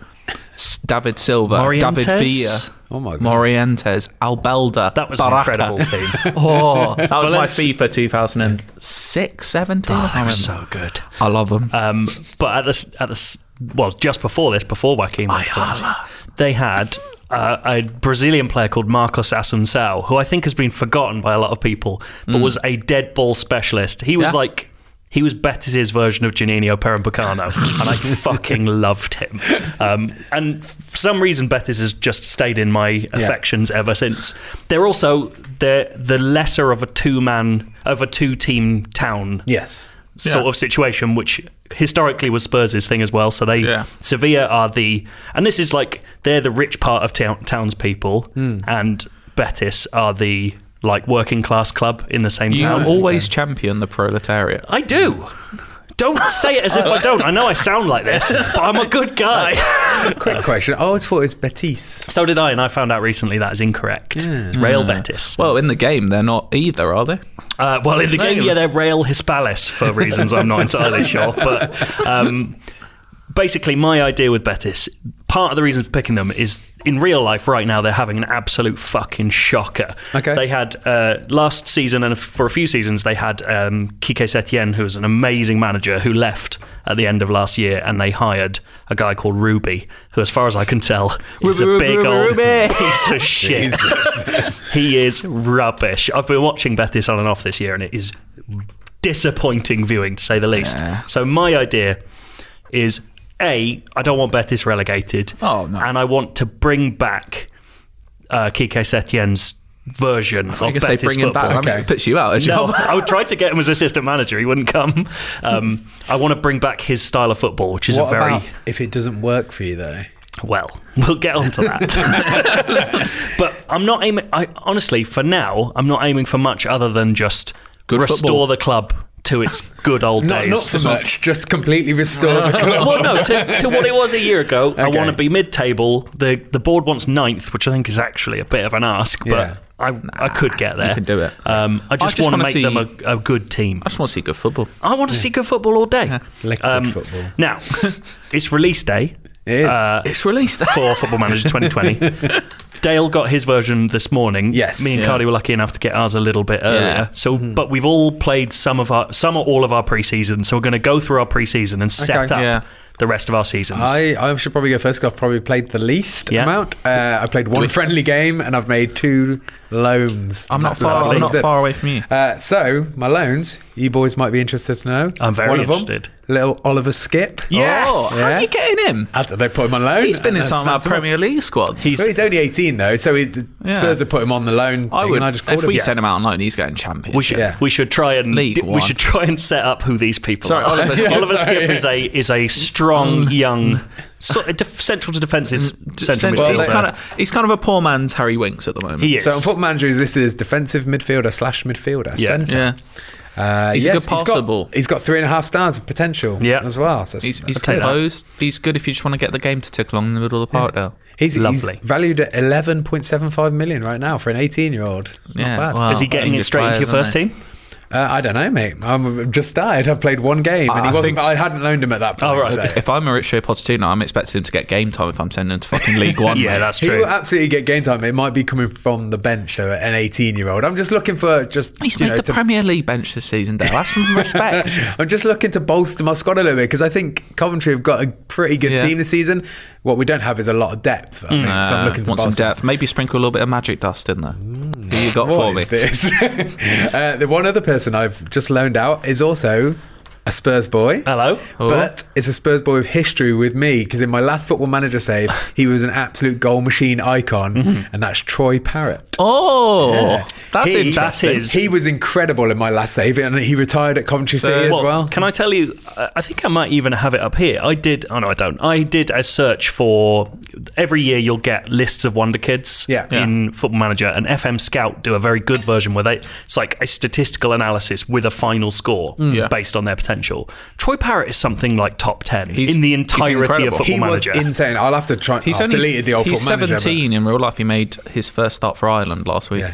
[SPEAKER 5] S- David Silva,
[SPEAKER 2] Morientes?
[SPEAKER 5] David Villa,
[SPEAKER 4] Oh my goodness.
[SPEAKER 5] Morientes, Albelda.
[SPEAKER 2] That was an
[SPEAKER 5] Baraka.
[SPEAKER 2] incredible team.
[SPEAKER 5] oh, that was my
[SPEAKER 2] Valencia-
[SPEAKER 5] FIFA 2006, 17. I,
[SPEAKER 2] they were
[SPEAKER 5] remember.
[SPEAKER 2] so good.
[SPEAKER 5] I love them.
[SPEAKER 2] Um, but at this, at this, well, just before this, before Joaquin went to Valencia, they had uh, a Brazilian player called Marcos Assuncao, who I think has been forgotten by a lot of people, but was a dead ball specialist. He was
[SPEAKER 5] Yeah.
[SPEAKER 2] like. He was Betis's version of Janino Perampicano, and I fucking loved him. Um, and for some reason, Betis has just stayed in my affections ever since. They're also they're the lesser of a two-man, of a two-team town
[SPEAKER 4] Yes.
[SPEAKER 2] sort
[SPEAKER 5] Yeah.
[SPEAKER 2] of situation, which historically was Spurs' thing as well. So they
[SPEAKER 5] Yeah.
[SPEAKER 2] Sevilla are the, and this is like they're the rich part of town, townspeople,
[SPEAKER 5] Hmm.
[SPEAKER 2] and Betis are the like working class club in the same
[SPEAKER 5] You
[SPEAKER 2] town.
[SPEAKER 5] always champion the proletariat.
[SPEAKER 2] I do. Don't say it as if I don't. I know I sound like this, but I'm a good guy.
[SPEAKER 4] Quick question. Uh, I always thought it was Betis.
[SPEAKER 2] so did I, and I found out recently that is incorrect. It's
[SPEAKER 5] Hmm.
[SPEAKER 2] Real Betis.
[SPEAKER 5] Well, in the game, they're not either, are they?
[SPEAKER 2] Uh, well, in the game, yeah, they're Rail Hispalis for reasons I'm not entirely sure. But um, basically, my idea with Betis, part of the reason for picking them is in real life right now, they're having an absolute fucking shocker.
[SPEAKER 4] Okay.
[SPEAKER 2] They had uh, last season and for a few seasons, they had um, Kike Setien, who was an amazing manager who left at the end of last year, and they hired a guy called Ruby, who, as far as I can tell, is a
[SPEAKER 5] Ruby,
[SPEAKER 2] big
[SPEAKER 5] Ruby,
[SPEAKER 2] old
[SPEAKER 5] Ruby.
[SPEAKER 2] piece of shit. He is rubbish. I've been watching Betis on and off this year, and it is disappointing viewing, to say the least. So my idea is: a, I don't want Betis relegated.
[SPEAKER 5] Oh, no.
[SPEAKER 2] And I want to bring back uh, Kike Setien's version of
[SPEAKER 5] I guess they
[SPEAKER 2] Betis
[SPEAKER 5] bring him
[SPEAKER 2] football.
[SPEAKER 5] back. I mean,
[SPEAKER 4] Okay.
[SPEAKER 5] it puts you out of a
[SPEAKER 2] No,
[SPEAKER 5] job.
[SPEAKER 2] I tried to get him as assistant manager. He wouldn't come. Um, I want to bring back his style of football, which is
[SPEAKER 4] What
[SPEAKER 2] a very
[SPEAKER 4] about if it doesn't work for you though?
[SPEAKER 2] well, we'll get on to that. but I'm not aiming. I honestly, for now, I'm not aiming for much other than just
[SPEAKER 5] Good
[SPEAKER 2] restore
[SPEAKER 5] football.
[SPEAKER 2] the club to its good old
[SPEAKER 4] Uh, Not,
[SPEAKER 2] days.
[SPEAKER 4] not for much. Just completely restore the club.
[SPEAKER 2] well, no, to, to what it was a year ago. I
[SPEAKER 4] Okay.
[SPEAKER 2] want to be mid-table. the The board wants ninth, which I think is actually a bit of an ask,
[SPEAKER 4] Yeah.
[SPEAKER 2] but I I could get there.
[SPEAKER 5] can do it.
[SPEAKER 2] Um, I just,
[SPEAKER 5] just
[SPEAKER 2] want to
[SPEAKER 5] wanna
[SPEAKER 2] make
[SPEAKER 5] see-
[SPEAKER 2] them a, a good team.
[SPEAKER 5] I just want to see good football.
[SPEAKER 2] I want to see good football all day. Um,
[SPEAKER 4] Liquid football.
[SPEAKER 2] Now, it's release day. Uh,
[SPEAKER 4] It is.
[SPEAKER 5] It's released.
[SPEAKER 2] for Football Manager 2020. Dale got his version this morning.
[SPEAKER 4] Yes.
[SPEAKER 2] me and
[SPEAKER 5] Yeah.
[SPEAKER 2] Cardi were lucky enough to get ours a little bit earlier.
[SPEAKER 5] Yeah. Hmm.
[SPEAKER 2] So, but we've all played some of our, some or all of our preseason. So we're going to go through our preseason and set
[SPEAKER 4] Okay.
[SPEAKER 2] up
[SPEAKER 5] Yeah.
[SPEAKER 2] the rest of our seasons.
[SPEAKER 4] I, I should probably go first 'cause I've probably played the least
[SPEAKER 2] Yeah.
[SPEAKER 4] amount. Uh, I played one friendly game and I've made two loans.
[SPEAKER 5] I'm not
[SPEAKER 4] That-
[SPEAKER 5] far.
[SPEAKER 4] that's
[SPEAKER 5] I'm
[SPEAKER 4] it.
[SPEAKER 5] not
[SPEAKER 4] The-
[SPEAKER 5] far away from you.
[SPEAKER 2] oh,
[SPEAKER 4] Uh, so my loans, you boys might be interested to know.
[SPEAKER 2] I'm very
[SPEAKER 4] One of 'em,
[SPEAKER 2] interested.
[SPEAKER 4] little Oliver Skip.
[SPEAKER 2] Yes!
[SPEAKER 5] Oh, how
[SPEAKER 4] Yeah.
[SPEAKER 5] are you getting him?
[SPEAKER 4] I don't- They put him on loan.
[SPEAKER 5] He's been
[SPEAKER 4] and
[SPEAKER 5] in
[SPEAKER 4] I
[SPEAKER 5] some of our
[SPEAKER 4] snapped him up.
[SPEAKER 5] Premier League squads.
[SPEAKER 2] He's-
[SPEAKER 4] Well, he's only 18 though, so he, the
[SPEAKER 5] Yeah.
[SPEAKER 4] Spurs have put him on the loan.
[SPEAKER 5] I
[SPEAKER 4] thing,
[SPEAKER 5] would.
[SPEAKER 4] And I just called
[SPEAKER 5] if
[SPEAKER 4] him.
[SPEAKER 5] we send him out on loan, he's going champion.
[SPEAKER 2] we should
[SPEAKER 4] yeah.
[SPEAKER 2] we should try and
[SPEAKER 5] League
[SPEAKER 2] we
[SPEAKER 5] One.
[SPEAKER 2] should try and set up who these people
[SPEAKER 5] Sorry,
[SPEAKER 2] are.
[SPEAKER 5] Oliver Mm. Skip.
[SPEAKER 2] Oliver
[SPEAKER 4] Sorry.
[SPEAKER 2] Skip is a is a strong young sort of def- central to defence is central
[SPEAKER 5] Mm, Central-
[SPEAKER 2] midfielder.
[SPEAKER 5] he's, kind of, he's kind of a poor man's Harry Winks at the moment.
[SPEAKER 2] he is.
[SPEAKER 4] So on Foot Manager, he's listed as defensive midfielder slash midfielder.
[SPEAKER 2] Yeah.
[SPEAKER 4] Centre.
[SPEAKER 5] Yeah.
[SPEAKER 4] Uh,
[SPEAKER 5] He's a
[SPEAKER 4] yes,
[SPEAKER 5] good passer ball.
[SPEAKER 4] He's got, he's got three and a half stars of potential.
[SPEAKER 2] Yeah.
[SPEAKER 4] as well. So
[SPEAKER 5] He's,
[SPEAKER 4] that's
[SPEAKER 5] he's
[SPEAKER 4] good.
[SPEAKER 5] composed. He's good if you just want to get the game to tick along in the middle of the park, though.
[SPEAKER 4] He's,
[SPEAKER 2] Lovely.
[SPEAKER 4] he's valued at 11.75 million right now for an 18 year old.
[SPEAKER 5] Yeah,
[SPEAKER 4] Not bad.
[SPEAKER 5] wow.
[SPEAKER 2] is he
[SPEAKER 5] Oh,
[SPEAKER 2] getting
[SPEAKER 5] he
[SPEAKER 2] it straight into your
[SPEAKER 5] aspires,
[SPEAKER 2] first
[SPEAKER 5] isn't
[SPEAKER 2] team?
[SPEAKER 4] Uh, I don't know, mate. I'm just started. I've played one game, and
[SPEAKER 5] I-
[SPEAKER 4] he
[SPEAKER 5] I
[SPEAKER 4] wasn't.
[SPEAKER 5] think-
[SPEAKER 4] I hadn't loaned him at that point.
[SPEAKER 2] Oh, right,
[SPEAKER 4] so-
[SPEAKER 2] okay.
[SPEAKER 5] If I'm Mauricio Pochettino, I'm expecting him to get game time if I'm sending him to fucking League One.
[SPEAKER 2] Yeah,
[SPEAKER 5] mate.
[SPEAKER 2] that's
[SPEAKER 4] He
[SPEAKER 2] true.
[SPEAKER 4] will absolutely get game time. It might be coming from the bench, though, at an 18 year old. I'm just looking for just.
[SPEAKER 5] He's
[SPEAKER 4] you
[SPEAKER 5] made
[SPEAKER 4] know,
[SPEAKER 5] the
[SPEAKER 4] to-
[SPEAKER 5] Premier League bench this season, Dale. Have some respect.
[SPEAKER 4] I'm just looking to bolster my squad a little bit because I think Coventry have got a pretty good
[SPEAKER 5] Yeah.
[SPEAKER 4] team this season. What we don't have is a lot of depth. I think, so I'm
[SPEAKER 5] Uh,
[SPEAKER 4] looking to
[SPEAKER 5] want some
[SPEAKER 4] bolster.
[SPEAKER 5] depth. Maybe sprinkle a little bit of magic dust in there. Who you got for
[SPEAKER 4] What
[SPEAKER 5] me?
[SPEAKER 4] is this? uh, the one other person I've just loaned out is also a Spurs boy.
[SPEAKER 5] Uh,
[SPEAKER 2] Hello.
[SPEAKER 4] But it's a Spurs boy with history with me because in my last football manager save, he was an absolute goal machine icon, and that's Troy Parrott.
[SPEAKER 5] Mm-hmm. Oh,
[SPEAKER 4] Yeah.
[SPEAKER 5] that's
[SPEAKER 4] He-
[SPEAKER 5] interesting.
[SPEAKER 2] That is-
[SPEAKER 4] He was incredible in my last save, and he retired at Coventry
[SPEAKER 5] So-
[SPEAKER 4] City as
[SPEAKER 2] Well,
[SPEAKER 4] well.
[SPEAKER 2] Can I tell you? I I think I might even have it up here. I did. Oh no, I don't. I did a search for every year. You'll get lists of wonder kids.
[SPEAKER 4] Yeah. Yeah.
[SPEAKER 2] In Football Manager and FM Scout do a very good version where they it's like a statistical analysis with a final score
[SPEAKER 4] Mm.
[SPEAKER 5] Yeah.
[SPEAKER 2] based on their potential. Troy Parrott is something like top ten
[SPEAKER 5] He's-
[SPEAKER 2] in the
[SPEAKER 5] he's
[SPEAKER 2] entirety of
[SPEAKER 5] incredible.
[SPEAKER 2] Football
[SPEAKER 4] he
[SPEAKER 2] Manager.
[SPEAKER 4] was insane. I'll have to try.
[SPEAKER 5] He's
[SPEAKER 4] I've
[SPEAKER 5] only
[SPEAKER 4] deleted the old
[SPEAKER 5] he's
[SPEAKER 4] football manager. but-
[SPEAKER 5] 17 in real life. He made his first start for Ireland last week.
[SPEAKER 4] Yeah.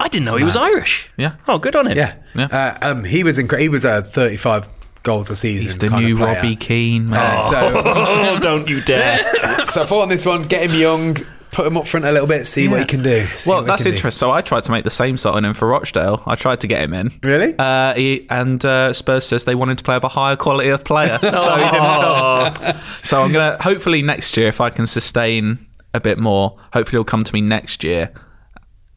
[SPEAKER 2] I didn't know he was Irish.
[SPEAKER 5] Yeah.
[SPEAKER 2] Oh, good on him.
[SPEAKER 4] Yeah,
[SPEAKER 5] Yeah.
[SPEAKER 4] Uh, um, he was incredible. He was a 35 goals a season.
[SPEAKER 5] He's the
[SPEAKER 4] kind of
[SPEAKER 5] new
[SPEAKER 4] player.
[SPEAKER 5] Robbie Keane, man.
[SPEAKER 4] Uh, so
[SPEAKER 2] Oh, don't you dare.
[SPEAKER 4] so I thought on this one, get him young, put him up front a little bit, see what he can do. see
[SPEAKER 5] well,
[SPEAKER 4] what he
[SPEAKER 5] that's
[SPEAKER 4] can do.
[SPEAKER 5] interesting. So I tried to make the same sort on him for Rochdale. I tried to get him in.
[SPEAKER 4] Really?
[SPEAKER 5] Uh, he, and uh, Spurs says they wanted to play with a higher quality
[SPEAKER 4] Oh.
[SPEAKER 5] of player, so he didn't come. So I'm gonna hopefully next year if I can sustain a bit more. Hopefully, it'll come to me next year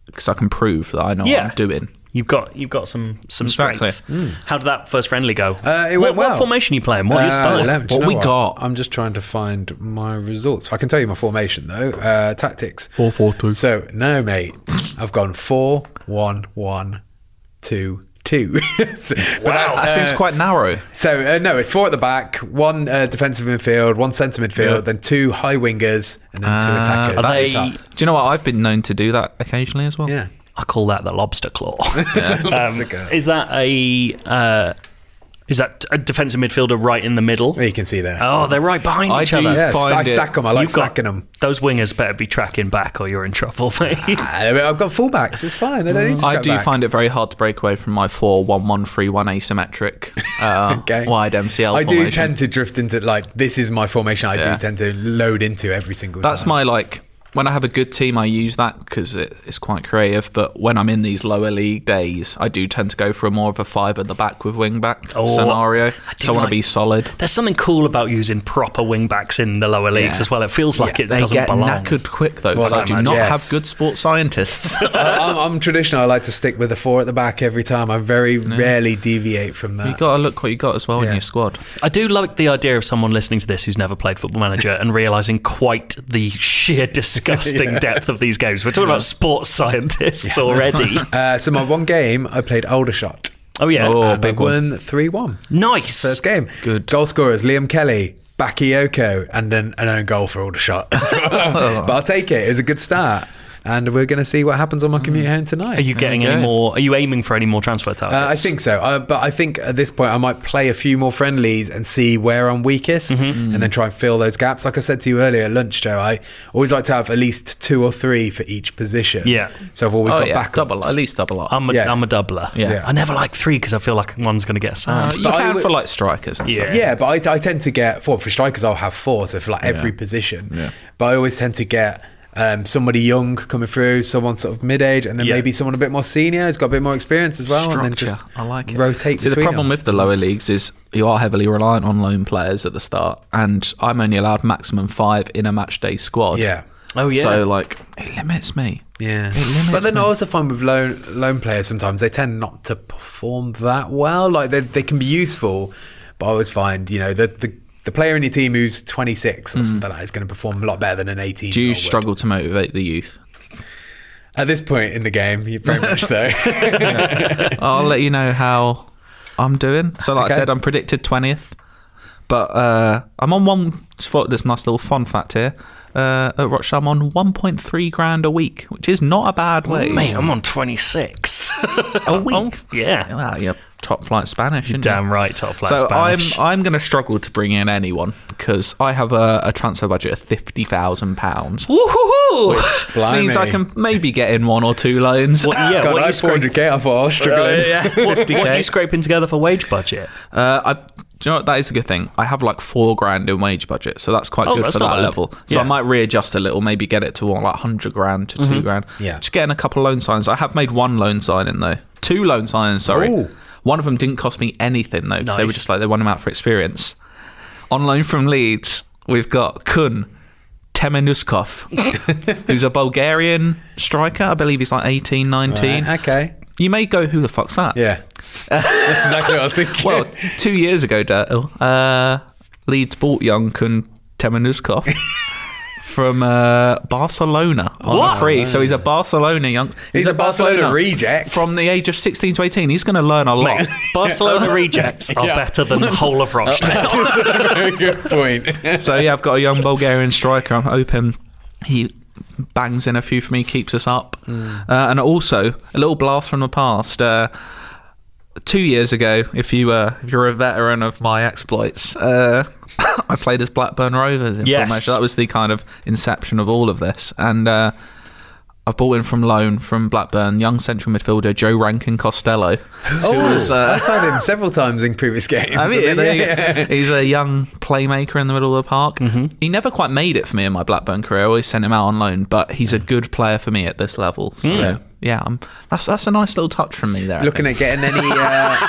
[SPEAKER 5] because I can prove that I know
[SPEAKER 2] Yeah.
[SPEAKER 5] what Oh, I'm doing.
[SPEAKER 2] You've got you've got some some
[SPEAKER 5] Exactly.
[SPEAKER 2] strength. How did that first friendly go?
[SPEAKER 4] Hmm. Uh, it
[SPEAKER 2] what,
[SPEAKER 4] went well.
[SPEAKER 2] what formation are you playing? What are you
[SPEAKER 4] Uh,
[SPEAKER 2] starting?
[SPEAKER 4] let- do
[SPEAKER 5] What
[SPEAKER 4] you know
[SPEAKER 5] we got?
[SPEAKER 4] I'm just trying to find my results. I can tell you my formation though. Uh, tactics.
[SPEAKER 5] Four, four, two.
[SPEAKER 4] So no, mate. I've gone four, one, one, two, two. So- but
[SPEAKER 2] Wow.
[SPEAKER 5] That
[SPEAKER 4] that's,
[SPEAKER 5] seems
[SPEAKER 4] uh,
[SPEAKER 5] quite narrow.
[SPEAKER 4] So uh, no, it's four at the back, one uh, defensive midfield, one centre midfield, then two high wingers, and then two
[SPEAKER 5] Uh,
[SPEAKER 4] attackers.
[SPEAKER 2] are they-
[SPEAKER 4] It's
[SPEAKER 5] Do
[SPEAKER 4] up.
[SPEAKER 5] you know what? I've been known to do that occasionally as well.
[SPEAKER 4] Yeah.
[SPEAKER 2] I call that the lobster claw.
[SPEAKER 5] Um,
[SPEAKER 2] Um,
[SPEAKER 4] Lobster claw.
[SPEAKER 2] Is that a uh, is that a defensive midfielder right in the middle?
[SPEAKER 4] Well, you can see there.
[SPEAKER 2] Oh, they're right behind
[SPEAKER 5] I
[SPEAKER 2] each
[SPEAKER 5] do
[SPEAKER 2] other.
[SPEAKER 4] yeah,
[SPEAKER 5] find
[SPEAKER 4] stack,
[SPEAKER 5] it-
[SPEAKER 4] stack 'em. I like
[SPEAKER 2] You've got-
[SPEAKER 4] stacking them.
[SPEAKER 2] Those wingers better be tracking back, or you're in trouble, mate.
[SPEAKER 5] Ah.
[SPEAKER 4] I mean, Uh, I've got fullbacks. It's fine. I don't need to.
[SPEAKER 5] Mm. I
[SPEAKER 4] track
[SPEAKER 5] do
[SPEAKER 4] back.
[SPEAKER 5] find it very hard to break away from my four one one three one asymmetric uh,
[SPEAKER 4] Okay.
[SPEAKER 5] wide MCL.
[SPEAKER 4] I do
[SPEAKER 5] formation.
[SPEAKER 4] tend to drift into like this is my formation. I
[SPEAKER 5] Yeah.
[SPEAKER 4] do tend to load into every single.
[SPEAKER 5] That's
[SPEAKER 4] time.
[SPEAKER 5] my like. When I have a good team, I use that because it, it's quite creative. But when I'm in these lower league days, I do tend to go for a more of a five at the back with wing back
[SPEAKER 2] Oh, I
[SPEAKER 5] scenario.
[SPEAKER 2] do
[SPEAKER 5] So I want
[SPEAKER 2] like-
[SPEAKER 5] to be solid.
[SPEAKER 2] There's something cool about using proper wing backs in the lower leagues
[SPEAKER 5] Yeah.
[SPEAKER 2] as well. It feels like it
[SPEAKER 5] they
[SPEAKER 2] doesn't
[SPEAKER 5] get
[SPEAKER 2] belong.
[SPEAKER 5] knackered quick though. 'cause
[SPEAKER 4] Well,
[SPEAKER 5] I do
[SPEAKER 4] that's-
[SPEAKER 5] not
[SPEAKER 4] yes.
[SPEAKER 5] have good sports scientists.
[SPEAKER 4] I, I'm, I'm traditional. I like to stick with the four at the back every time. I very rarely deviate from
[SPEAKER 5] you
[SPEAKER 4] that.
[SPEAKER 5] got to look what you got as well in
[SPEAKER 4] Yeah.
[SPEAKER 5] your squad.
[SPEAKER 2] I do like the idea of someone listening to this who's never played Football Manager and realizing quite the sheer disgusting depth of these games. We're talking about sports scientists already.
[SPEAKER 4] Uh, so my one game, I played Aldershot.
[SPEAKER 2] oh yeah,
[SPEAKER 5] Oh,
[SPEAKER 4] and
[SPEAKER 5] big
[SPEAKER 4] I
[SPEAKER 5] one.
[SPEAKER 4] won three one.
[SPEAKER 2] nice.
[SPEAKER 4] First game.
[SPEAKER 5] Good.
[SPEAKER 4] Goal scorers Liam Kelly, Bakayoko, and then an own goal for Aldershot. but I'll take it. It was a good start, and we're going to see what happens on my commute
[SPEAKER 5] Mm.
[SPEAKER 4] home tonight.
[SPEAKER 2] Are you getting
[SPEAKER 5] we
[SPEAKER 2] any
[SPEAKER 5] go.
[SPEAKER 2] more? Are you aiming for any more transfer targets?
[SPEAKER 4] Uh, I think so, uh, but I think at this point I might play a few more friendlies and see where I'm weakest,
[SPEAKER 5] Mm-hmm.
[SPEAKER 4] and then try and fill those gaps. Like I said to you earlier at lunch, Joe, I always like to have at least two or three for each position.
[SPEAKER 2] Yeah.
[SPEAKER 4] so I've always
[SPEAKER 5] Oh
[SPEAKER 4] got
[SPEAKER 5] yeah,
[SPEAKER 4] backups.
[SPEAKER 5] double at least double up.
[SPEAKER 2] I'm a,
[SPEAKER 4] yeah.
[SPEAKER 2] am a doubler. Yeah.
[SPEAKER 5] Yeah.
[SPEAKER 2] I never like three because I feel like one's going to get
[SPEAKER 5] Uh,
[SPEAKER 2] sad.
[SPEAKER 5] you
[SPEAKER 4] But I
[SPEAKER 5] can
[SPEAKER 4] would-
[SPEAKER 5] for like strikers and stuff.
[SPEAKER 4] Yeah, but I, I tend to get for for strikers I'll have four, so for like every position. But I always tend to get um, somebody young coming through, someone sort of mid age, and then
[SPEAKER 2] Yeah.
[SPEAKER 4] maybe someone a bit more senior who's got a bit more experience as well, and then
[SPEAKER 5] Structure.
[SPEAKER 4] just
[SPEAKER 5] I like it.
[SPEAKER 4] rotate.
[SPEAKER 5] See, the
[SPEAKER 4] between
[SPEAKER 5] problem
[SPEAKER 4] them.
[SPEAKER 5] with the lower leagues is you are heavily reliant on loan players at the start, and I'm only allowed maximum five in a match day squad.
[SPEAKER 4] yeah.
[SPEAKER 2] Oh, yeah.
[SPEAKER 5] So like it limits me.
[SPEAKER 4] Yeah, but then I also find with loan loan players sometimes they tend not to perform that well. Like they they can be useful, but I always find you know the the, the player in your team who's 26 or something like that is going to perform a lot better than an 18.
[SPEAKER 5] Hmm. Do you
[SPEAKER 4] year old would.
[SPEAKER 5] struggle to motivate the youth?
[SPEAKER 4] at this point in the game? You very much so.
[SPEAKER 5] I'll let you know how I'm doing. So, like I
[SPEAKER 4] Okay.
[SPEAKER 5] said, I'm predicted 20th. But uh, I'm on one, for this nice little fun fact here. Uh, at Rochdale, I'm on 1.3 grand a week, which is not a bad wage.
[SPEAKER 2] Mate, I'm on 26. a week? yeah.
[SPEAKER 5] Well, you're top flight Spanish. aren't you?
[SPEAKER 2] Damn right, top flat
[SPEAKER 5] So
[SPEAKER 2] Spanish.
[SPEAKER 5] I'm I'm going to struggle to bring in anyone because I have a, a transfer budget of fifty thousand pounds.
[SPEAKER 2] Woohoo!
[SPEAKER 4] Blimey.
[SPEAKER 5] Means I can maybe get in one or two loans.
[SPEAKER 2] What, yeah,
[SPEAKER 4] God,
[SPEAKER 2] what
[SPEAKER 4] I
[SPEAKER 2] are you
[SPEAKER 4] had 400k. I thought I was struggling.
[SPEAKER 2] what, what are
[SPEAKER 5] 50K.
[SPEAKER 2] you scraping together for wage budget?
[SPEAKER 5] Uh, I, do you know what? That is a good thing. I have like four grand in wage budget, so that's quite
[SPEAKER 2] Oh,
[SPEAKER 5] good
[SPEAKER 2] that's
[SPEAKER 5] for
[SPEAKER 2] not
[SPEAKER 5] that
[SPEAKER 2] bad.
[SPEAKER 5] level. So
[SPEAKER 2] Yeah. Mm-hmm.
[SPEAKER 5] I might readjust a little, maybe get it to what, like hundred grand to two grand.
[SPEAKER 4] Yeah.
[SPEAKER 5] just getting a couple loan signs. I have made one loan sign in though, two loan signs. Sorry,
[SPEAKER 4] Ooh.
[SPEAKER 5] one of them didn't cost me anything though, 'cause they were
[SPEAKER 2] Nice.
[SPEAKER 5] just like they won him out for experience. On loan from Leeds, we've got Kun. Temenuskov, who's a Bulgarian striker. I believe he's like 18, 19.
[SPEAKER 4] Right, okay.
[SPEAKER 5] You may go, who the fuck's that?
[SPEAKER 4] Yeah. That's exactly what I was thinking.
[SPEAKER 5] Well, two years ago, Dirtle, uh, Leeds bought Young and Temenuskov from uh, Barcelona on
[SPEAKER 2] What?
[SPEAKER 5] a free. So he's a Barcelona young.
[SPEAKER 4] Oh, He's a Barcelona reject.
[SPEAKER 5] From the age of 16 to 18, he's going to learn a lot.
[SPEAKER 2] Oh. Barcelona rejects are better than the whole of Rochdale.
[SPEAKER 4] That's a very good point.
[SPEAKER 5] so yeah, I've got a young Bulgarian striker. I'm hoping he bangs in a few for me, keeps us up. Uh, and also a little blast from the past. Uh, two years ago, if you uh, if you're a veteran of my exploits, uh, I played as Blackburn Rovers. In
[SPEAKER 2] Yes.
[SPEAKER 5] Formation. that was the kind of inception of all of this, and. Uh, I've bought in from loan from Blackburn, young central midfielder Joe Rankin Costello.
[SPEAKER 4] Oh,
[SPEAKER 5] was, uh,
[SPEAKER 4] I've had him several times in previous games.
[SPEAKER 5] I mean,
[SPEAKER 4] Yeah,
[SPEAKER 5] there you
[SPEAKER 4] yeah. Mm-hmm.
[SPEAKER 5] go. he's a young playmaker in the middle of the park. He never quite made it for me in my Blackburn career. I always sent him out on loan, but he's a
[SPEAKER 4] Mm.
[SPEAKER 5] good player for me at this um, level. So, yeah, I'm, that's that's a nice little touch from me there. I
[SPEAKER 4] Looking
[SPEAKER 5] think.
[SPEAKER 4] at getting any uh,